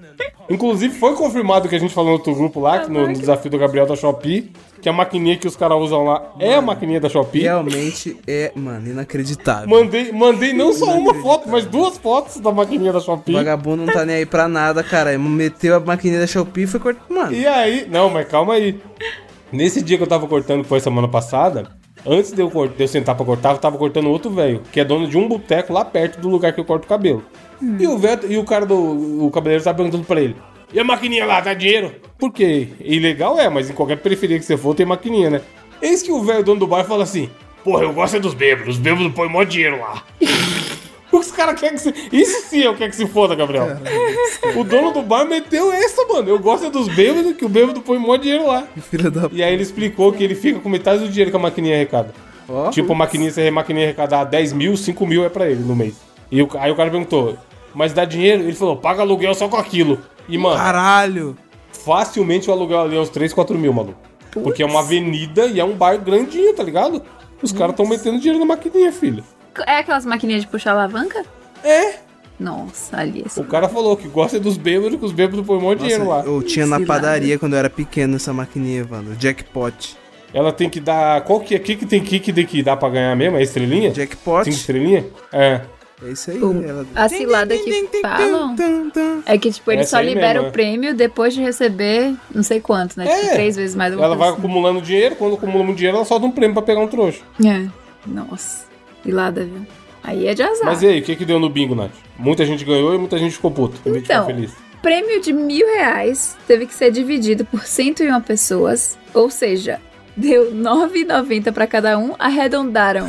S1: Inclusive, foi confirmado o que a gente falou no outro grupo lá, que no, no desafio do Gabriel da Shopee, que a maquininha que os caras usam lá é a maquininha da Shopee.
S2: Realmente é, mano, inacreditável.
S1: Mandei, mandei não só uma foto, mas duas fotos da maquininha da Shopee.
S2: Vagabundo não tá nem aí pra nada, cara. Meteu a maquininha da Shopee e foi cortado. Mano,
S1: E aí, não, mas calma aí. Nesse dia que eu tava cortando, que foi semana passada, antes de eu, cort- de eu sentar pra cortar, eu tava cortando outro velho, que é dono de um boteco lá perto do lugar que eu corto o cabelo. E o velho, e o cara do o cabeleireiro tava perguntando pra ele: "E a maquininha lá, dá dinheiro?" Por quê? Ilegal é, mas em qualquer periferia que você for tem maquininha, né? Eis que o velho dono do bar fala assim: "Porra, eu gosto é dos bêbados, os bêbados põem mó dinheiro lá." Os caras querem que se. Isso sim eu quero que se foda, Gabriel. O dono do bar meteu essa, mano. Eu gosto é dos bêbados, que o bêbado põe mó dinheiro lá.
S2: filha da.
S1: E aí ele explicou que ele fica com metade do dinheiro que a maquininha arrecada.
S2: Ó,
S1: Tipo, a maquininha, se a maquininha arrecadar 10 mil, 5 mil é pra ele no mês. E o- aí o cara perguntou, mas dá dinheiro? Ele falou, paga aluguel só com aquilo. E, mano,
S2: Caralho!
S1: facilmente o aluguel ali é uns 3, 4 mil, maluco. Porque é uma avenida e é um bar grandinho, tá ligado? Os caras tão metendo dinheiro na maquininha, filho.
S3: É aquelas maquininhas de puxar alavanca?
S1: É.
S3: Nossa, ali é esse
S1: O cara falou que gosta dos bêbados, que os bêbados põem um monte de dinheiro lá.
S2: Nossa, eu tinha na
S3: Cilada.
S2: padaria quando eu era pequeno essa maquininha, mano. Jackpot.
S1: Ela tem que dar. Qual que é? O que, que tem que, que, tem que dar pra ganhar mesmo? É estrelinha?
S2: Jackpot?
S1: Cinco estrelinha? É.
S2: É isso aí.
S3: O-
S2: ela-
S3: A cilada que falam é que, tipo, ele
S1: Essa
S3: só
S1: aí
S3: libera
S1: mesmo, é.
S3: o prêmio depois de receber não sei quanto, né? Tipo,
S1: É.
S3: três vezes mais alguma
S1: Ela vai
S3: coisa assim.
S1: acumulando dinheiro, quando acumula muito dinheiro, ela solta um prêmio pra pegar um trouxa.
S3: É. Nossa. Cilada, viu? Aí é de azar.
S1: Mas e aí, o que, que deu no bingo, Nath? Muita gente ganhou e muita gente ficou puto. Tem gente que
S3: Então.
S1: ficou feliz.
S3: prêmio de mil reais teve que ser dividido por 101 pessoas, ou seja, deu 9,90 para cada um, arredondaram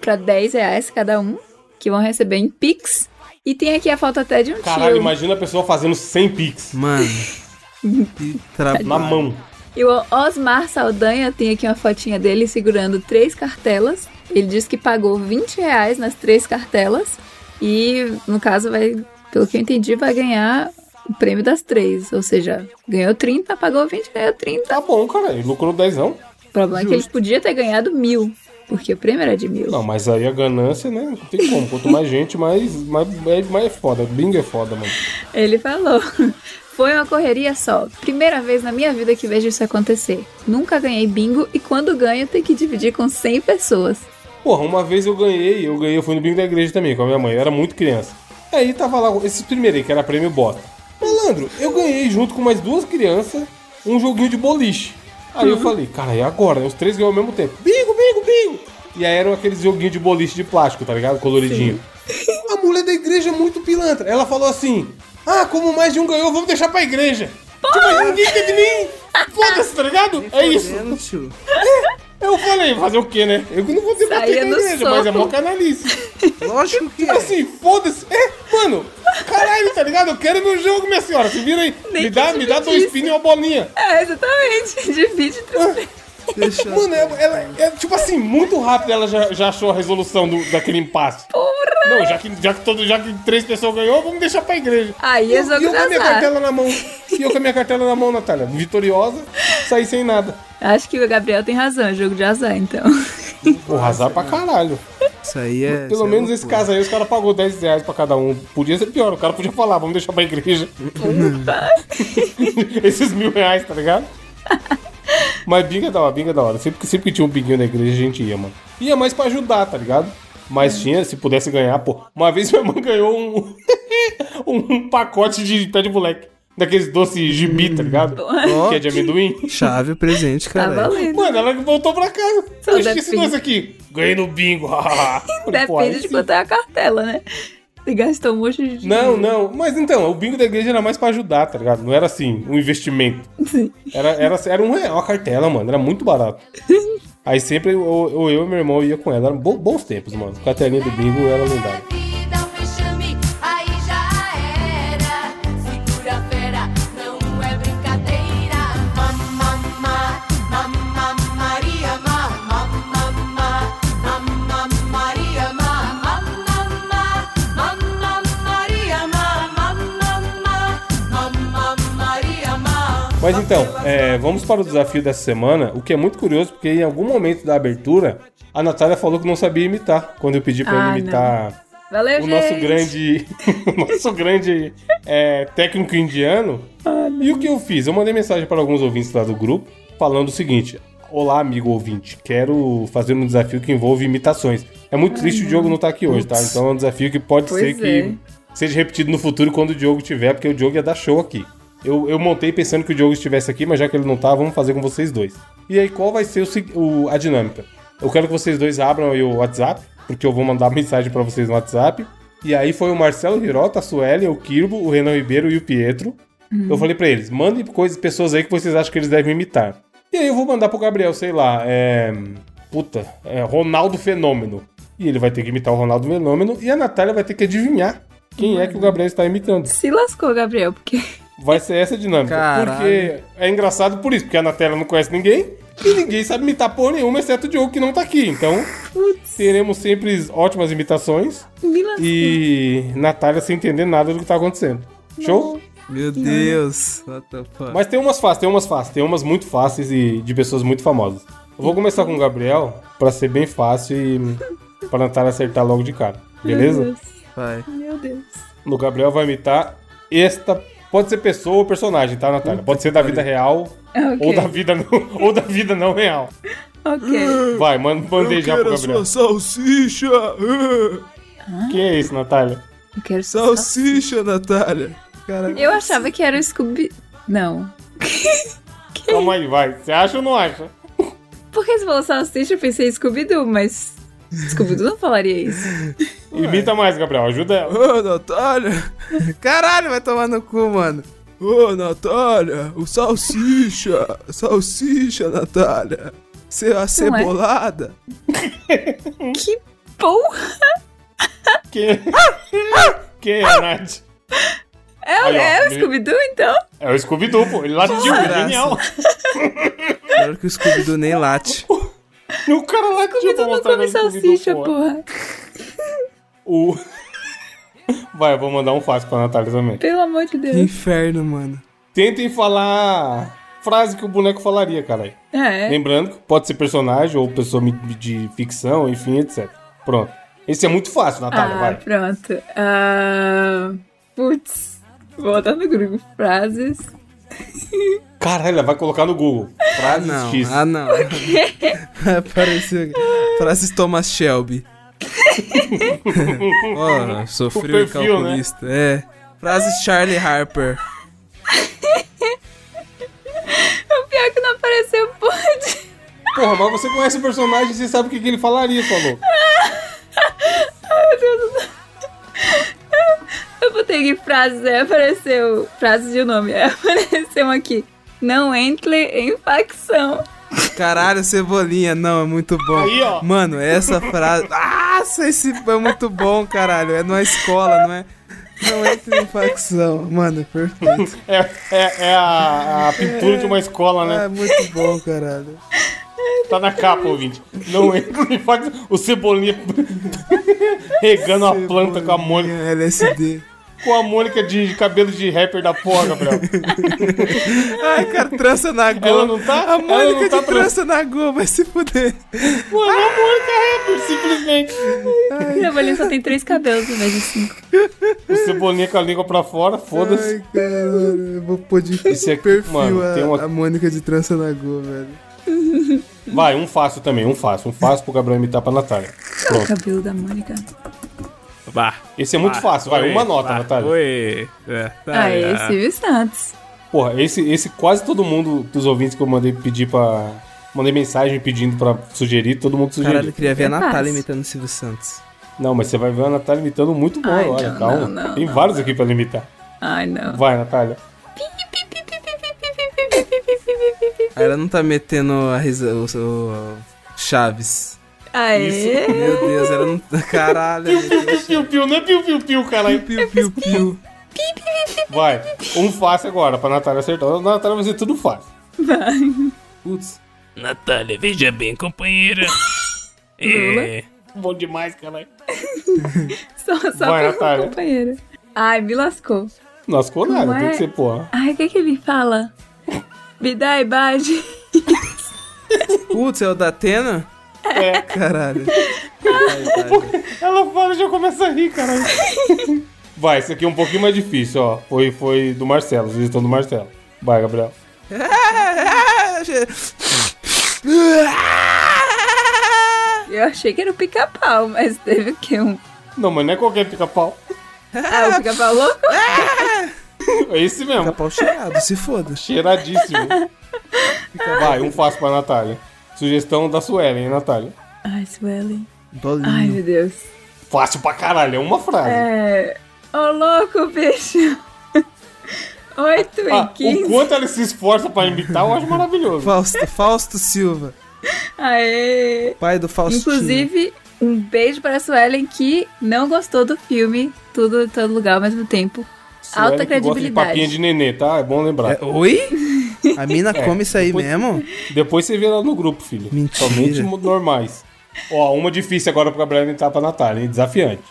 S3: para 10 reais cada um, que vão receber em Pix. E tem aqui a foto até de um
S1: Caralho,
S3: tio.
S1: imagina a pessoa fazendo 100 pix
S2: Mano. Que trabalho.
S1: na mão.
S3: E o Osmar Saldanha tem aqui uma fotinha dele segurando três cartelas. Ele diz que pagou 20 reais nas três cartelas. E, no caso, vai, pelo que eu entendi, vai ganhar o prêmio das três. Ou seja, ganhou 30, pagou 20, ganhou 30.
S1: Tá bom, cara, ele lucrou dezão.
S3: O problema é que ele podia ter ganhado mil, porque o prêmio era de mil.
S1: Não, mas aí a ganância, né? Não tem como. Quanto mais gente, mais, mais, mais, mais é foda. Bingo é foda, mano.
S3: Ele falou. Foi uma correria só. Primeira vez na minha vida que vejo isso acontecer. Nunca ganhei bingo e quando ganho tem que dividir com 100 pessoas.
S1: Porra, uma vez eu ganhei, eu ganhei, eu fui no bingo da igreja também com a minha mãe, eu era muito criança. Aí tava lá, esse primeiro aí, que era prêmio bota. Malandro, eu ganhei junto com mais duas crianças um joguinho de boliche. Aí eu falei, cara, e agora? Os três ganham ao mesmo tempo. Bingo, bingo, bingo! E aí eram aqueles joguinhos de boliche de plástico, tá ligado? Coloridinho. A mulher da igreja é muito pilantra. Ela falou assim: Ah, como mais de um ganhou, vamos deixar pra igreja. Tipo, mas ninguém teve nem. Foda-se, tá ligado? É isso.
S2: Fodendo, tio.
S1: Eu falei, fazer o quê, né? Eu não vou debater
S3: Saía
S1: na
S3: no
S1: igreja,
S3: soco.
S1: mas é mó canalice.
S2: Lógico que
S1: Tipo
S2: é.
S1: assim, foda-se. É, mano, caralho, tá ligado? Eu quero meu jogo, minha senhora. Se vira aí.
S3: Nem
S1: me dá,
S3: que
S1: me dá
S3: dividir
S1: dois
S3: isso.
S1: pinos e uma bolinha.
S3: É, exatamente. Divide entre
S2: Deixa eu-
S1: Mano, ela, ela- é, tipo assim, muito rápido ela já, já achou a resolução do, daquele impasse.
S3: Porra!
S1: Não, já que, já, que todo, já que três pessoas ganhou, vamos deixar pra igreja.
S3: Aí
S1: E
S3: é
S1: eu, e
S3: jogo
S1: eu
S3: de
S1: com a minha
S3: azar.
S1: cartela na mão. E eu com a minha cartela na mão, Natália. Vitoriosa, saí sem nada.
S3: Acho que o Gabriel tem razão, é jogo de azar, então.
S1: Porra, azar pra caralho.
S2: Isso aí é. isso
S1: Pelo
S2: é
S1: menos esse
S2: loucura.
S1: caso aí, os caras pagou 10 reais pra cada um. Podia ser pior, o cara podia falar, vamos deixar pra igreja.
S3: Tá
S1: Esses mil reais, tá ligado? Mas binga é da hora, binga é da hora. Sempre, que- sempre que tinha um binguinho da igreja, a gente ia, mano. Ia mais pra ajudar, tá ligado? Mas tinha, se pudesse ganhar, pô. Uma vez minha mãe ganhou um, um pacote de pé de moleque. Daqueles doces gibi, tá ligado? Que é de amendoim.
S2: Chave presente,
S3: Tá
S2: cara.
S3: valendo.
S1: Mano, ela voltou pra casa.
S3: Só
S1: Eu esqueci
S3: depende.
S1: doce aqui. Ganhei no bingo. Falei, pô, aí Né?
S3: Depende de
S1: sim.
S3: quanto é a cartela, né? Você gastou um monte de
S1: Não, não. Mas então, o bingo da igreja era mais pra ajudar, tá ligado? Não era assim, um investimento. Era, era, era um real a cartela, mano. Era muito barato. Aí sempre ou, ou eu e meu irmão ia com ela. Eram bo- bons tempos, mano. Cartelinha do bingo era lendária.
S5: vida é um vexame, aí já era. Segura a fera, não é brincadeira. Mamma, ma, mamma Maria, ma, mamma, ma, mamma Maria, ma, mamma, ma, mamma Maria, ma, mamma, ma, mamma Maria, ma.
S1: Mas então, é, vamos para o desafio dessa semana. O que é muito curioso, porque em algum momento da abertura, a Natália falou que não sabia imitar. Quando eu pedi pra
S3: Ah,
S1: ele imitar.
S3: Valeu,
S1: o
S3: gente.
S1: nosso grande, o nosso grande é, técnico indiano. E o que eu fiz? Eu mandei mensagem para alguns ouvintes lá do grupo falando o seguinte: Olá, amigo ouvinte, quero fazer um desafio que envolve imitações. É muito triste o Diogo não estar aqui hoje, tá? Então é um desafio que pode
S3: Pois é.
S1: ser que seja repetido no futuro quando o Diogo tiver, porque o Diogo ia dar show aqui. Eu, eu montei pensando que o Diogo estivesse aqui, mas já que ele não tá, vamos fazer com vocês dois. E aí, qual vai ser o se- o, a dinâmica? Eu quero que vocês dois abram aí o WhatsApp, porque eu vou mandar mensagem pra vocês no WhatsApp. E aí foi o Marcelo Hirota, a Sueli, o Kirbo, o Renan Ribeiro e o Pietro. Eu falei pra eles, mandem coisas, pessoas aí que vocês acham que eles devem imitar. E aí eu vou mandar pro Gabriel, sei lá, é... Puta, é Ronaldo Fenômeno. E ele vai ter que imitar o Ronaldo Fenômeno e a Natália vai ter que adivinhar quem é que o Gabriel está imitando.
S3: Se lascou, Gabriel, porque
S1: Vai ser essa a dinâmica.
S2: Caralho.
S1: Porque é engraçado por isso, porque a Natália não conhece ninguém e ninguém sabe imitar porra nenhuma, exceto o Diogo que não tá aqui. Então, teremos sempre ótimas imitações
S3: me lascou.
S1: e Natália sem entender nada do que tá acontecendo. Show?
S3: né?
S2: Meu Deus. What the fuck?
S1: Mas tem umas fáceis, tem umas fáceis, tem umas muito fáceis e de pessoas muito famosas. Eu vou começar com o Gabriel pra ser bem fácil e pra Natália acertar logo de cara. Beleza?
S3: Meu Deus.
S2: Vai.
S3: Meu Deus.
S1: No Gabriel vai imitar esta. Pode ser pessoa ou personagem, tá, Natália? Pode ser da vida real
S3: Ok.
S1: ou da vida não, ou da vida não real. um
S3: Ok.
S1: Vai, manda, mandei já pro Gabriel.
S2: salsicha.
S1: Que é isso, Natália?
S3: Eu quero só.
S2: Salsicha, Natália. Caraca.
S3: Eu achava que era o Scooby. Não.
S1: Calma aí, vai. Você acha ou não acha?
S3: Porque você falou salsicha, eu pensei Scooby-Doo, mas. Scooby-Doo não falaria isso.
S1: Imita mais, Gabriel. Ajuda ela.
S2: Ô, Natália. Caralho, vai tomar no cu, mano. Ô, Natália, o salsicha. Salsicha, Natália. Seu acebolada.
S3: Que porra!
S1: Quem, Quem é a Nath?
S3: É, o-
S1: Aí, ó,
S3: é o
S1: me-
S3: Scooby-Doo, então?
S1: É o Scooby-Doo, pô. Ele latiu,
S2: Porra.
S1: genial.
S2: Claro que o Scooby-Doo nem late.
S1: O cara latiu pra
S3: Scooby-Doo não
S1: mostrar
S3: come
S1: ele no
S3: salsicha,
S1: Scooby-Doo,
S3: porra.
S1: O... Vai, eu vou mandar um fácil pra Natália também.
S3: Pelo amor de Deus.
S2: Inferno, mano.
S1: Tentem falar frase que o boneco falaria, caralho.
S3: É.
S1: Lembrando que pode ser personagem ou pessoa mi- de ficção, enfim, etc. Pronto. Esse é muito fácil, Natália,
S3: Ah,
S1: vai.
S3: pronto. Ah, putz. Vou botar no grupo frases.
S1: Caralho, ela vai colocar no Google.
S2: Ah,
S1: Frases
S2: não.
S1: X.
S2: Ah, não. Apareceu aqui. Frases Thomas Shelby. Ó, sofri
S1: O
S2: um
S1: perfil, né?
S2: calculista. É. Frases Charlie Harper.
S3: O pior é que não apareceu pode.
S1: Porra, mas você conhece o personagem, você sabe o que, que ele falaria, falou.
S3: Meu Deus do céu. Eu botei aqui frases, aí apareceu. Frases de nome. Aí apareceu aqui. Não entre em facção.
S2: Caralho, cebolinha. Não, é muito bom.
S1: Aí, ó.
S2: Mano, essa frase. Nossa, esse é muito bom, caralho. É numa escola, não é? Não entra em facção. Mano, perfeito.
S1: É, é- é a, a pintura de uma escola,
S2: Ah,
S1: né?
S2: é muito bom, caralho. É.
S1: Tá na capa, ouvinte. Não entra e faz o cebolinha regando a planta com a Mônica.
S2: Cebolinha, LSD.
S1: Com a Mônica de cabelo de rapper da porra, Gabriel.
S2: Ai, cara, trança na Go.
S1: Ela não tá-
S2: A
S1: ela não
S2: Mônica
S1: tá
S2: de
S1: tran-
S2: trança na Go vai se fuder.
S1: Mano, a Mônica é rapper, simplesmente.
S3: Minha bolinha só tem três cabelos em vez de cinco.
S1: O cebolinha com a língua pra fora, foda-se.
S2: Ai, caralho. Eu vou pôr de
S1: Esse aqui,
S2: perfil
S1: mano,
S2: a,
S1: tem uma-
S2: a Mônica de trança na Go, velho.
S1: Vai, um fácil também, um fácil. Um fácil pro Gabriel imitar pra Natália.
S3: O
S1: Pronto.
S3: cabelo da Mônica.
S6: Bah.
S1: Esse é muito fácil, vai, uma nota, Natália.
S6: Oi. É, tá,
S3: Ah,
S6: é.
S3: é Silvio Santos.
S1: Porra, esse, esse quase todo mundo dos ouvintes que eu mandei pedir pra. Mandei mensagem pedindo pra sugerir, todo mundo sugeriu.
S2: Caralho, eu queria ver a
S3: É
S2: Natália
S3: fácil.
S2: imitando o Silvio Santos.
S1: Não, mas você vai ver a Natália imitando muito bom
S3: Ai,
S1: agora,
S3: não,
S1: calma.
S3: não, não,
S1: Tem
S3: não,
S1: vários aqui pra ela imitar.
S3: Ai, não.
S1: Vai, Natália.
S2: Aí ela não tá metendo a risa, o, o- o Chaves.
S3: Aê.
S2: Meu Deus, ela não tá. Caralho.
S1: Piu-piu, não é piu-piu-piu, caralho.
S2: piu, piu, piu.
S1: Vai, um fácil agora pra Natália acertar. A Natália vai ser tudo fácil.
S2: Putz.
S6: Natália, veja bem, companheira. é.
S1: Bom demais, caralho.
S3: Só, só
S1: Vai,
S3: pelo
S1: Natália.
S3: companheiro. Ai, me lascou.
S1: Nossa, ficou nada,
S3: Não
S1: tem
S3: é?
S1: que ser porra.
S3: Ai, o que que ele fala? Me dá a idade.
S2: Putz, é o da Atena?
S1: É.
S2: Caralho.
S1: Ela fala e já começa a rir, caralho. Vai, esse aqui é um pouquinho mais difícil, ó. Foi, foi do Marcelo, sugestão do Marcelo. Vai, Gabriel.
S3: Eu achei que era o pica-pau, mas teve o quê? Um...
S1: Não, mas não é qualquer pica-pau.
S3: Ah, o pica-pau louco?
S1: É esse mesmo.
S2: Capau cheirado, se foda.
S1: Cheiradíssimo. Vai, um fácil pra Natália. Sugestão da Suelen, hein, Natália?
S3: Ai, Suelen. Ai,
S2: Bolinho.
S3: meu Deus.
S1: Fácil pra caralho, é uma frase.
S3: É... Ô, louco, bicho. 8
S1: Ah,
S3: e
S1: o
S3: 15.
S1: quanto ela se esforça pra imitar, eu acho maravilhoso.
S2: Fausto, Fausto Silva.
S3: Aê.
S2: Pai do Faustino.
S3: Inclusive, um beijo para a Suelen que não gostou do filme Tudo em Todo Lugar ao mesmo tempo.
S1: Suelen que gosta
S3: alta
S1: de
S3: credibilidade.
S1: papinha de nenê, tá? É bom lembrar.
S2: É, oi? É, A mina come isso aí
S1: depois-
S2: mesmo?
S1: Depois você vê lá no grupo, filho.
S2: Mentira.
S1: Somente mo- normais. Ó, uma difícil agora pro Gabriel imitar pra Natália, hein? Desafiante.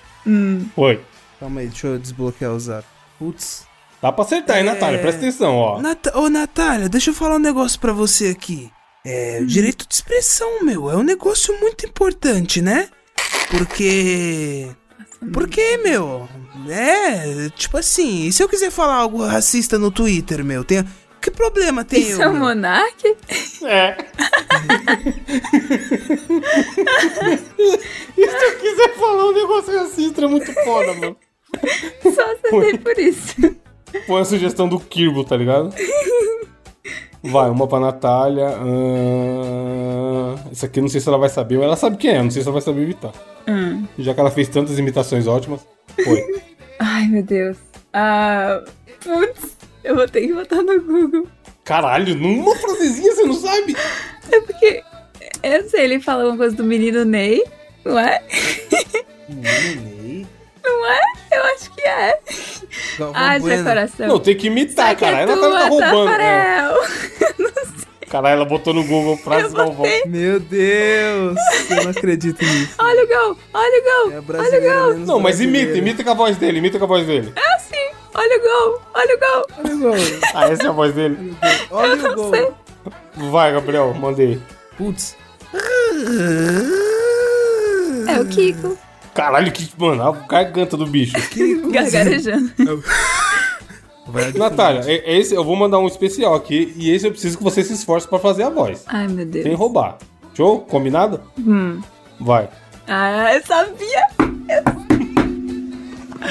S1: Oi.
S2: Calma aí, deixa eu desbloquear o zap. Putz.
S1: Dá pra acertar, hein, Natália? Presta atenção, ó.
S2: Nata Ô, Natália, deixa eu falar um negócio pra você aqui. É,
S3: Hum.
S2: o direito de expressão, meu, é um negócio muito importante, né? Porque. Porque, meu, é, tipo assim, e se eu quiser falar algo racista no Twitter, meu, tem, Que problema tem
S3: Isso é um
S2: eu?
S3: monarque?
S1: É. e se eu quiser falar um negócio racista, é muito foda, mano.
S3: Só acertei por isso.
S1: Foi a sugestão do Kirbo, tá ligado? Vai, uma pra Natália. ahn, Essa aqui eu não sei se ela vai saber, ou ela sabe quem é, não sei se ela vai saber imitar.
S3: Hum.
S1: Já que ela fez tantas imitações ótimas. Foi.
S3: Ai, meu Deus. Ah, putz, eu vou ter que botar no Google.
S1: Caralho, numa frasezinha você não sabe?
S3: É porque, eu não sei, ele fala alguma coisa do menino Ney, não é? Não é? Eu acho que é.
S2: Galvão
S3: Ai, seu
S2: Bueno.
S3: coração.
S1: Tá Não, tem que imitar,
S3: Aqui é
S1: caralho. Ela
S3: tua,
S1: tá roubando. né?
S3: Tafarel.
S1: Caralho, ela botou no Google frases Galvão.
S2: Meu Deus, eu não acredito nisso.
S3: Olha o gol, olha o gol,
S2: É
S3: olha o
S2: brasileiro
S3: gol.
S2: menos
S1: Não, mas
S2: brasileiro.
S1: imita, imita com a voz dele, imita com a voz dele.
S3: É assim, olha o gol, olha o gol.
S2: Olha o gol.
S1: Ah, essa é a voz dele.
S2: Olha o
S3: Não
S2: gol.
S3: sei.
S1: Vai, Gabriel, mandei.
S2: Putz.
S3: É o Kiko,
S1: Caralho, que. Mano, a garganta do bicho.
S3: gargarejando.
S2: Vai,
S1: Natália, é- é esse, eu vou mandar um especial aqui e esse eu preciso que você se esforce pra fazer a voz.
S3: Ai, meu Deus.
S1: Sem roubar. Show? Combinado?
S3: Hum.
S1: Vai.
S3: Ah, eu sabia.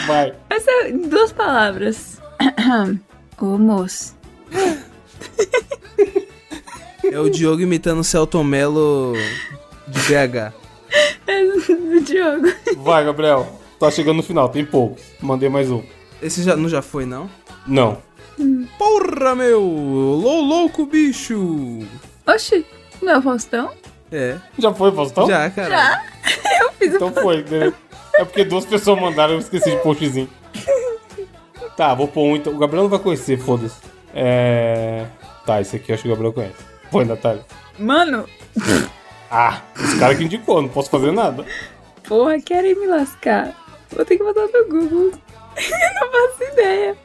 S1: Vai.
S3: Essa é duas palavras. Ô, moço.
S2: É o Diogo imitando o Celton Mello de BH.
S3: É do Diogo.
S1: Vai, Gabriel. Tá chegando no final, tem poucos. Mandei mais um.
S2: Esse já, não já foi, não?
S1: Não.
S2: Porra, meu! Lou louco, bicho!
S3: Oxi, não é o Faustão?
S2: É,
S1: Já foi, Faustão?
S2: já, cara.
S3: Eu fiz um o
S1: Então foi, né? É porque duas pessoas mandaram, eu esqueci de postzinho. Tá, vou pôr um então. O Gabriel não vai conhecer, foda-se. É. Tá, esse aqui eu acho que o Gabriel conhece. Foi, Natália.
S3: Mano,
S1: Ah, esse cara que indicou, não posso fazer nada.
S3: porra, querem me lascar. Vou ter que botar no Google. Eu não faço ideia.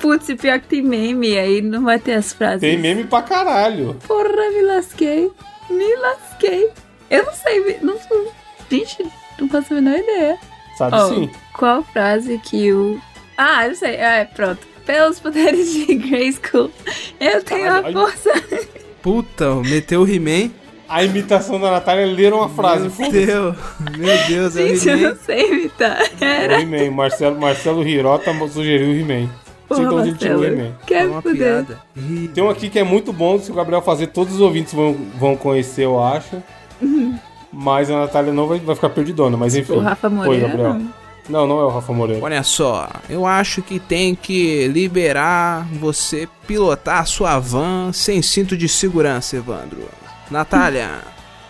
S3: Putz, e pior que tem meme, aí não vai ter as frases.
S1: Tem meme pra caralho.
S3: Porra, me lasquei. Me lasquei. Eu não sei, me- não, não- gente, não faço a menor ideia.
S1: Sabe
S2: Oh.
S3: Ó,
S1: sim?
S3: Qual frase que o... Ah, eu sei. É, pronto. Pelos poderes de Grayskull, eu tenho
S1: Caralho,
S3: a
S1: ai.
S3: força.
S2: Puta, meteu o He-Man.
S1: A imitação da Natália é ler uma frase.
S2: Meu
S1: Foda-se.
S2: Deus, meu Deus, é o
S3: Gente, eu
S2: He-Man.
S3: não sei imitar. É,
S1: O He-Man, Marcelo, Marcelo Hirota sugeriu o He-Man.
S3: Porra,
S1: Então a gente tirou o
S3: Marcelo.
S1: He-Man.
S2: É
S3: Quer
S2: uma
S3: poder.
S2: piada. Ih,
S1: Tem um aqui que é muito bom, se o Gabriel fazer, todos os ouvintes vão, vão conhecer, eu acho. Mas a Natália não vai, vai ficar perdidona, mas enfim.
S3: Uhum. O Rafa
S1: Foi, Gabriel.
S3: Moreira.
S1: Não, não é o Rafa Moreira.
S2: Olha só, eu acho que tem que liberar você pilotar a sua van sem cinto de segurança, Evandro. Natália,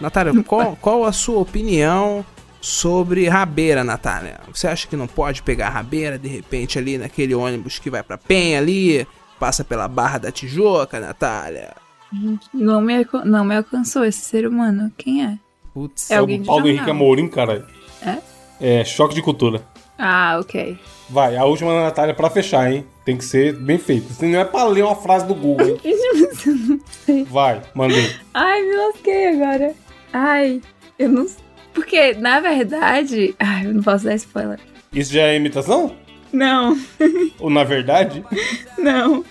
S2: Natália, qual, qual a sua opinião sobre rabeira, Natália? Você acha que não pode pegar rabeira de repente ali naquele ônibus que vai pra Penha ali, passa pela Barra da Tijuca, Natália?
S3: Não me, alcan- não me alcançou esse ser humano. Quem é?
S2: Putz,
S3: É
S1: É
S3: alguém
S1: o
S3: de
S1: Paulo
S3: jornal.
S1: Henrique Amorim, caralho. É? É, choque de cultura.
S3: Ah, ok.
S1: Vai, a última da Natália pra fechar, hein? Tem que ser bem feito. Isso não é pra ler uma frase do Google, hein? Vai, mandei.
S3: Ai, me lasquei agora. Ai, eu não. Porque, na verdade. Ai, eu não posso dar spoiler.
S1: Isso já é imitação?
S3: Não,
S1: Ou na verdade?
S3: não.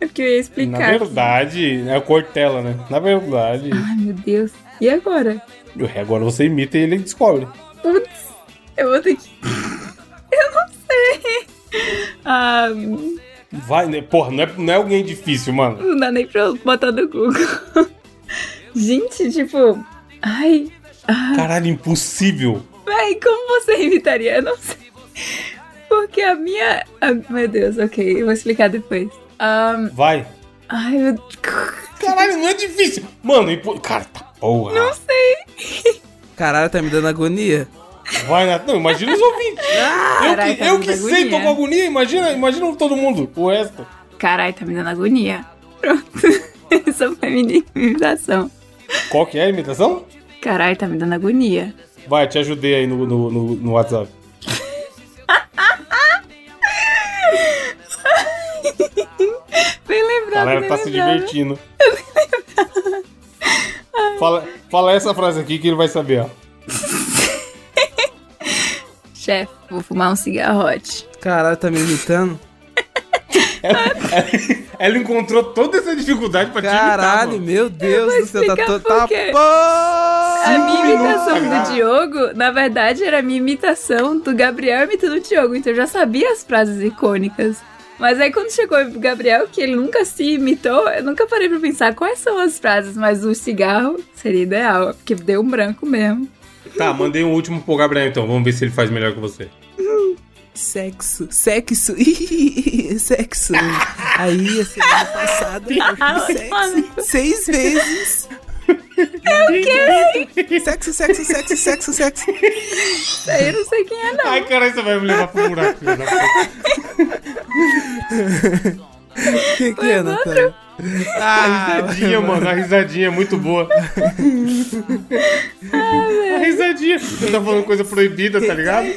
S3: É porque eu ia
S1: Na
S3: explicar.
S1: verdade, é o Cortella, né? Na verdade.
S3: Ai, meu Deus. E agora?
S1: Ué, Agora você imita e ele descobre.
S3: Putz, eu vou ter que. Eu não sei. Ah, não
S1: Vai, né? Porra, não é, não é alguém difícil, mano.
S3: dá nem pra eu botar no Google. Gente, tipo. Ai,
S1: Caralho, impossível.
S3: Véi, como você imitaria? Eu não sei. Porque a minha. ah, meu Deus, ok, eu vou explicar depois. Ahn,
S1: Vai.
S3: ai, meu.
S1: Caralho, não é difícil. Mano, impo... cara, tá porra.
S3: Não sei.
S2: caralho, tá me dando agonia.
S1: Vai, Natan, imagina os ouvintes. eu
S3: Caralho,
S1: que,
S3: tá
S1: eu
S3: me
S1: que
S3: dando
S1: sei, tô
S3: agonia.
S1: com agonia. Imagina, imagina todo mundo. O resto.
S3: Caralho, tá me dando agonia. Pronto. é Essa foi minha imitação.
S1: Qual que é a imitação?
S3: Caralho, tá me dando agonia.
S1: Vai, te ajudei aí no, no, no, no WhatsApp.
S3: Bem lembrado,
S1: Caralho,
S3: bem
S1: tá se
S3: lembrado.
S1: divertindo. Fala, fala essa frase aqui que ele vai saber, ó.
S3: Chefe, vou fumar um cigarrote.
S2: Caralho, tá me imitando.
S1: Essa, Ela encontrou toda essa dificuldade pra te imitar,
S2: Caralho,
S1: mano.
S2: meu Deus do céu, tá
S3: explicar
S2: todo.
S3: por
S2: Tá
S3: quê. É
S2: pô!
S3: A minha imitação
S1: minutos.
S3: do Diogo, na verdade, era a minha imitação do Gabriel imitando o Diogo, então eu já sabia as frases icônicas. Mas aí quando chegou o Gabriel, que ele nunca se imitou, eu nunca parei pra pensar quais são as frases, mas o cigarro seria ideal, porque deu um branco mesmo.
S1: Tá, mandei um último pro Gabriel então. Vamos ver se ele faz melhor que você.
S2: Sexo, sexo, ih, sexo. Aí, a semana passada, eu fiz sexo seis vezes. É o quê? Sexo, sexo, sexo, sexo, sexo.
S3: Isso aí eu não sei quem é, não.
S1: Ai, caralho, você vai me levar pro buraco. filho da puta.
S2: Que que é, Natália?
S1: A
S2: Ah,
S1: risadinha, mano. A risadinha é muito boa. A risadinha. Você tá falando coisa proibida, tá ligado?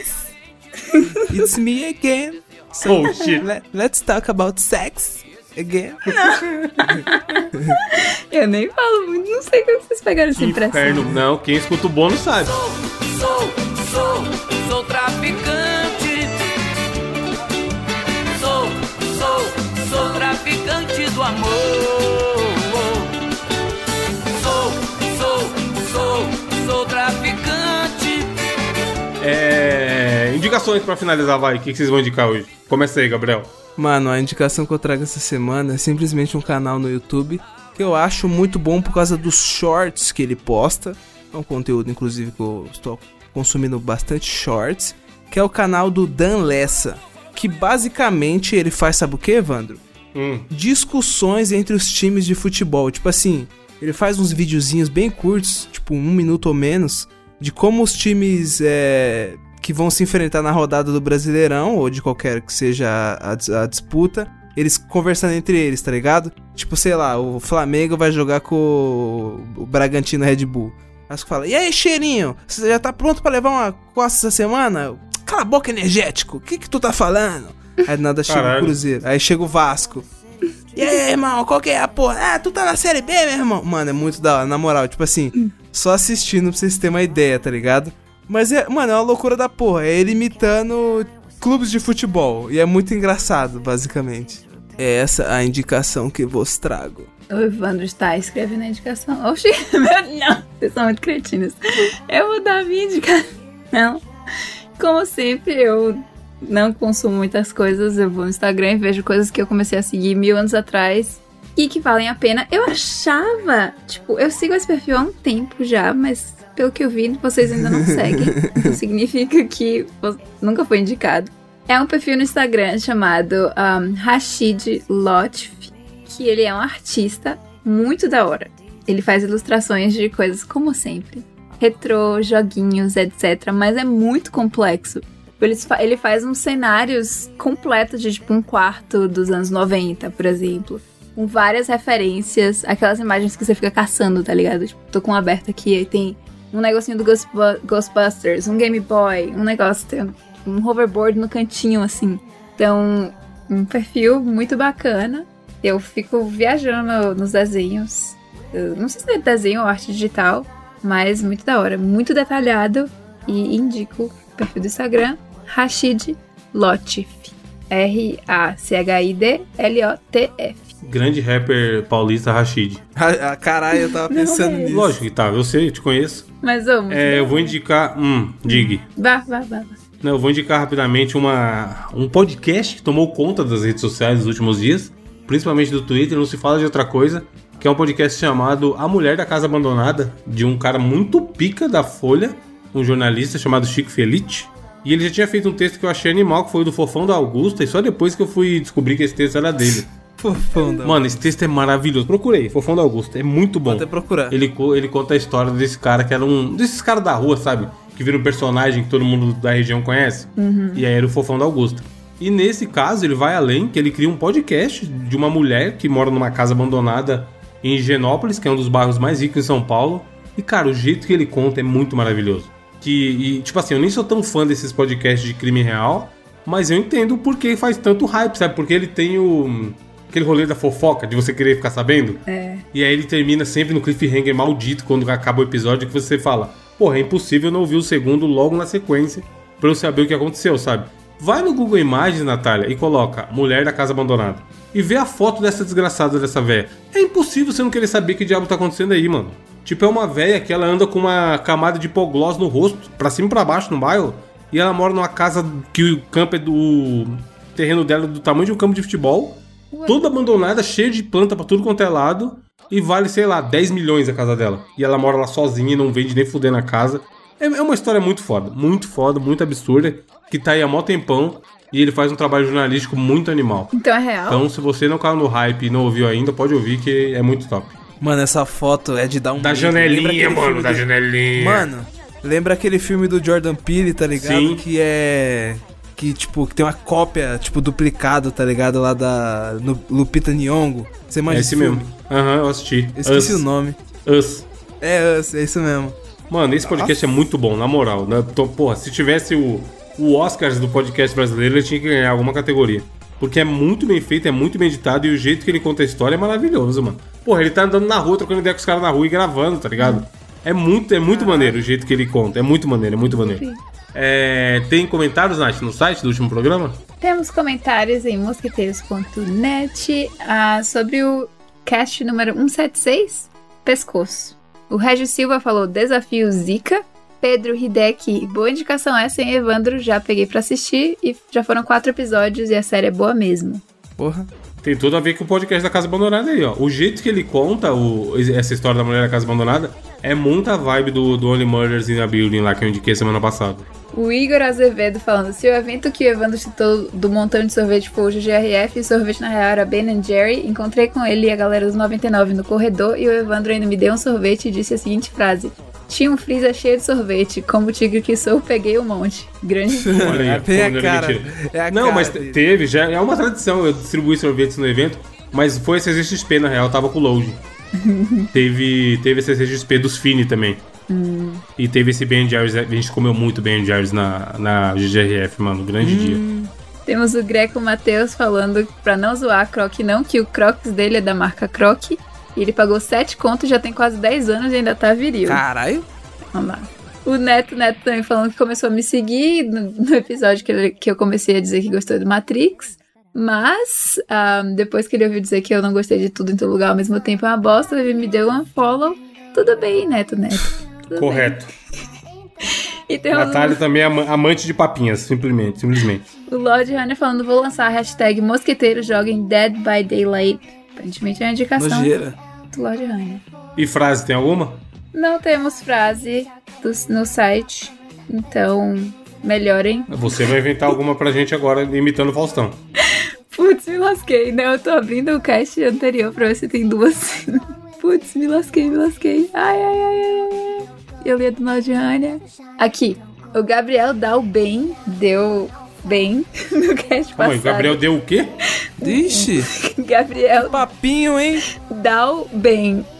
S2: it's me again.
S1: Oh, shit.
S2: Let- let's talk about sex again.
S3: Eu nem falo muito, não sei como vocês pegaram essa impressão.
S1: Inferno. Não, quem escuta o bônus sabe.
S5: Sou, sou, sou traficante. Sou, sou, sou traficante do amor. Sou, sou, sou, sou traficante.
S1: É... Indicações pra finalizar, vai. O que que vocês vão indicar hoje? Começa aí, Gabriel.
S2: Mano, a indicação que eu trago essa semana é simplesmente um canal no YouTube que eu acho muito bom por causa dos shorts que ele posta. É um conteúdo, inclusive, que eu estou consumindo bastante shorts. Que é o canal do Dan Lessa. Que basicamente ele faz, sabe o que, Evandro?
S1: Hum.
S2: discussões entre os times de futebol. Tipo assim, ele faz uns videozinhos bem curtos, tipo um minuto ou menos, de como os times é, que vão se enfrentar na rodada do Brasileirão, ou de qualquer que seja a, dis- a disputa, eles conversando entre eles, tá ligado? Tipo, sei lá, o Flamengo vai jogar com o Bragantino Red Bull. Aí você fala, e aí, cheirinho, você já tá pronto pra levar uma costa essa semana? Cala a boca, energético, o que que tu tá falando? Aí do nada chega o
S1: Caralho.
S2: Cruzeiro, aí chega o Vasco. E aí, irmão, qual que é a porra? Ah, tu tá na série B, meu irmão. Mano, é muito da hora, na moral. Tipo assim, só assistindo pra vocês terem uma ideia, tá ligado? Mas, é, mano, é uma loucura da porra. É ele imitando clubes de futebol. E é muito engraçado, basicamente. É essa a indicação que vos trago.
S3: O Evandro está escrevendo a indicação. Oxi, meu- não, vocês são muito cretinos. Eu vou dar a minha indicação. Como sempre, eu não consumo muitas coisas. Eu vou no Instagram e vejo coisas que eu comecei a seguir mil anos atrás e que valem a pena. Eu achava, tipo, eu sigo esse perfil há um tempo já, mas pelo que eu vi, vocês ainda não seguem. Então significa que vo- nunca foi indicado. É um perfil no Instagram chamado ahm, Rashid Lotfi que ele é um artista muito da hora. Ele faz ilustrações de coisas como sempre, retrô, joguinhos, etc, mas é muito complexo. Ele, fa- ele faz uns cenários completos de tipo um quarto dos anos 90, por exemplo. Com várias referências, aquelas imagens que você fica caçando, tá ligado? Tipo, tô com um aberto aqui, aí tem um negocinho do Ghostbu- Ghostbusters, um Game Boy, um negócio, tem um hoverboard no cantinho, assim. Então, um perfil muito bacana. Eu fico viajando no- nos desenhos. Eu não sei se é desenho ou arte digital, mas muito da hora, muito detalhado. E indico o perfil do Instagram, Rashid Lotif. R-A-C-H-I-D-L-O-T-F.
S1: Grande rapper paulista Rashid.
S2: Ah, ah, caralho, eu tava
S3: Não,
S2: pensando
S3: é.
S2: nisso.
S1: Lógico que tá, eu sei, eu te conheço.
S3: Mas vamos. né?
S1: É, eu vou indicar. Hum, dig.
S3: Vá, vá, vá. vá.
S1: Não, eu vou indicar rapidamente uma, um podcast que tomou conta das redes sociais nos últimos dias, principalmente do Twitter, não se fala de outra coisa, que é um podcast chamado A Mulher da Casa Abandonada, de um cara muito pica da Folha, um jornalista chamado Chico Felice. E ele já tinha feito um texto que eu achei animal, que foi o do Fofão da Augusta, e só depois que eu fui descobrir que esse texto era dele.
S2: Fofão da...
S1: Mano, esse texto é maravilhoso. Procurei, Fofão da Augusta, é muito bom.
S2: Vou até procurar.
S1: Ele, co- ele conta a história desse cara que era um. desses caras da rua, sabe? Que vira um personagem que todo mundo da região conhece. E aí era o fofão da Augusta. E nesse caso, ele vai além, que ele cria um podcast de uma mulher que mora numa casa abandonada em Higienópolis, que é um dos bairros mais ricos em São Paulo. E, cara, o jeito que ele conta é muito maravilhoso. Que, e, tipo assim, eu nem sou tão fã desses podcasts de crime real, mas eu entendo por que faz tanto hype, sabe? Porque ele tem o. aquele rolê da fofoca, de você querer ficar sabendo.
S3: É.
S1: E aí ele termina sempre no cliffhanger maldito quando acaba o episódio que você fala: Porra, é impossível não ouvir o segundo logo na sequência pra eu saber o que aconteceu, sabe? Vai no Google Imagens, Natália, e coloca Mulher da Casa Abandonada. e ver a foto dessa desgraçada dessa véia. É impossível você não querer saber que diabo tá acontecendo aí, mano. Tipo, é uma véia que ela anda com uma camada de hipoglós no rosto, pra cima e pra baixo, no bairro, e ela mora numa casa que o campo é do. o terreno dela é do tamanho de um campo de futebol, toda abandonada, cheia de planta pra tudo quanto é lado, e vale, sei lá, 10 milhões a casa dela. E ela mora lá sozinha e não vende nem fuder na casa. É, é uma história muito foda, muito foda, muito absurda, que tá aí há mó tempão, e ele faz um trabalho jornalístico muito animal.
S3: Então é real?
S1: Então, se você não caiu no hype e não ouviu ainda, pode ouvir que é muito top.
S2: Mano, essa foto é de dar um.
S1: Da
S2: medo. Lembra
S1: janelinha,
S2: aquele
S1: mano,
S2: filme
S1: da
S2: do-
S1: janelinha.
S2: Mano, lembra aquele filme do Jordan Peele, tá ligado?
S1: Sim.
S2: Que é. Que, tipo, que tem uma cópia, tipo, duplicado, tá ligado? Lá da no- Lupita Nyong'o. Você
S1: é
S2: manja
S1: esse
S2: filme?
S1: mesmo. Aham, eu assisti.
S2: Eu esqueci
S1: Us.
S2: o nome.
S1: Us.
S2: É, Us, é isso mesmo.
S1: Mano, esse podcast é muito bom, na moral. Né? Tô- porra, se tivesse o, o Oscars do podcast brasileiro, ele tinha que ganhar alguma categoria. Porque é muito bem feito, é muito bem editado e o jeito que ele conta a história é maravilhoso, mano. Porra, ele tá andando na rua, trocando ideia com os caras na rua e gravando, tá ligado? É muito, é muito maneiro o jeito que ele conta. É muito maneiro, é muito maneiro. É, tem comentários, Nath, no site do último programa?
S3: Temos comentários em mosqueteiros.net ah, sobre o cast número 176, Pescoço. O Régio Silva falou Desafio Zika. Pedro Hideki, boa indicação essa, hein, Evandro? Já peguei pra assistir e já foram quatro episódios e a série é boa mesmo.
S2: Porra.
S1: Tem tudo a ver com o podcast da Casa Abandonada aí, ó. O jeito que ele conta o- essa história da mulher da Casa Abandonada é muita vibe do, do Only Murders in a Building lá que eu indiquei semana passada.
S3: O Igor Azevedo falando: se o evento que o Evandro citou do montão de sorvete foi o GGRF e sorvete na real era Ben Jerry, encontrei com ele e a galera dos 99 no corredor e o Evandro ainda me deu um sorvete e disse a seguinte frase: Tinha um freezer cheio de sorvete, como o tigre que sou, peguei um monte. Grande.
S1: Olha aí,
S2: Tem
S1: como
S2: a
S1: não é
S2: cara.
S1: mentira.
S2: É a
S1: não,
S2: cara
S1: mas te-
S2: dele.
S1: teve, já é uma tradição eu distribuir sorvetes no evento, mas foi a CCXP, na real, tava com o load. teve, teve a CCXP dos Fini também.
S2: Hum.
S1: E teve esse Ben Jerry's, a gente comeu muito Ben Jerry's na, na GGRF, mano,
S2: Hum.
S1: grande dia.
S3: Temos o Greco Matheus falando pra não zoar a Croc, não, que o Crocs dele é da marca Croc. E ele pagou 7 contos, já tem quase 10 anos e ainda tá viril.
S2: Caralho.
S3: Vamos Ah, lá. O Neto Neto também falando que começou a me seguir no, no episódio que, ele- que eu comecei a dizer que gostou do Matrix. Mas, ah, depois que ele ouviu dizer que eu não gostei de tudo em todo lugar ao mesmo tempo é uma bosta, ele me deu um follow. Tudo bem, Neto Neto. Tudo
S1: Correto.
S3: bem. E tem
S1: Natália também é ama- amante de papinhas, simplesmente, simplesmente.
S3: o, o Lord Runner falando: vou lançar a hashtag Mosqueteiro Joguem Dead by Daylight. Aparentemente é uma indicação
S2: Nojeira.
S3: do Lord Runner.
S1: E frase, tem alguma?
S3: Não temos frase dos- no site, então melhorem.
S1: Você vai inventar alguma pra gente agora, imitando o Faustão.
S3: Putz, me lasquei. Não, eu tô abrindo o cast anterior pra ver se tem duas. Putz, me lasquei, me lasquei. Ai, ai, ai, ai, ai. Eu li a do Maldiânia. Aqui. O Gabriel dá o bem. Deu bem no cast
S1: Calma aí,
S3: passado.
S1: o Gabriel deu o quê?
S2: Ixi.
S3: Gabriel
S2: Papinho, hein?
S3: dá o bem.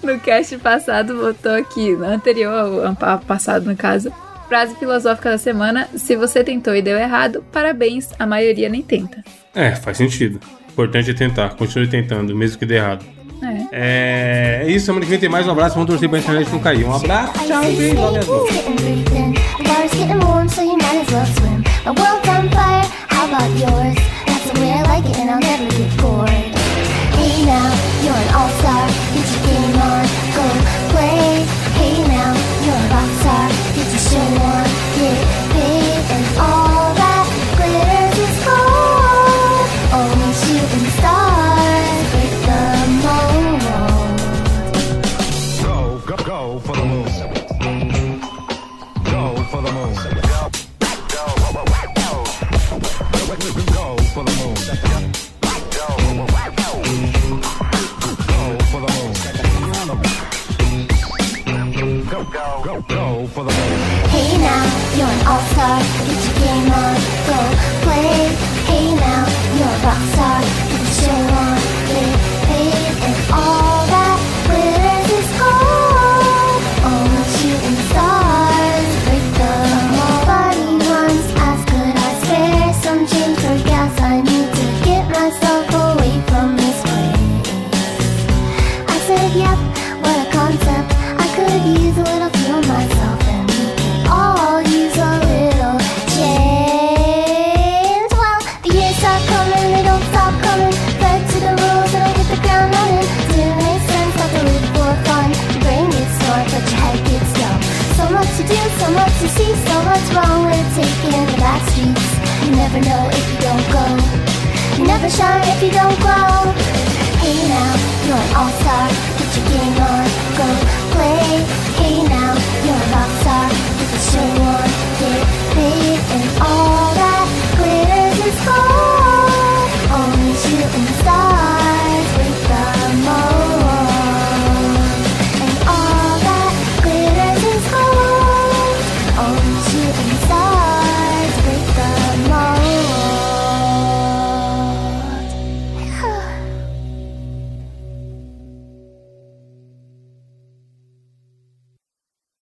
S3: No cast passado, botou aqui, no anterior, ao ao pa- passado no caso. Frase filosófica da semana: Se você tentou e deu errado, parabéns, a maioria nem tenta.
S1: É, faz sentido. Importante é tentar, continue tentando, mesmo que dê errado. É,
S3: É.
S1: é isso, semana que vem tem mais um abraço. Vamos torcer pra internet não cair. Um abraço, tchau, beijo, logo é as duas.
S7: The water's getting warm, so you might as well swim. My world's on fire, how about yours? That's the way I like it, and I'll never get bored. Hey now, you're an all-star. Get your game on, go play. Hey now, you're a rock star. Get your show on, get paid, and all that glitters is gold. Only shooting stars break the mold.
S8: Go, go, go for the moon. Go for the moon. Go, go, go. Go for the moon. Go for the moon. Go, go, go, go for the moon.
S7: Hey now, you're an all-star. Get your game on, go play. Hey now, you're a rock star. Get your show on, get paid, and all that glitters is gold. Only shooting stars break the mold. Body once as good I spare some change for gas. I need to get myself away from this place. I said, yep, what a concept. I could use a little fuel myself, and we can all use a little change. Well, shine if you don't glow. Hey now, you're an all-star.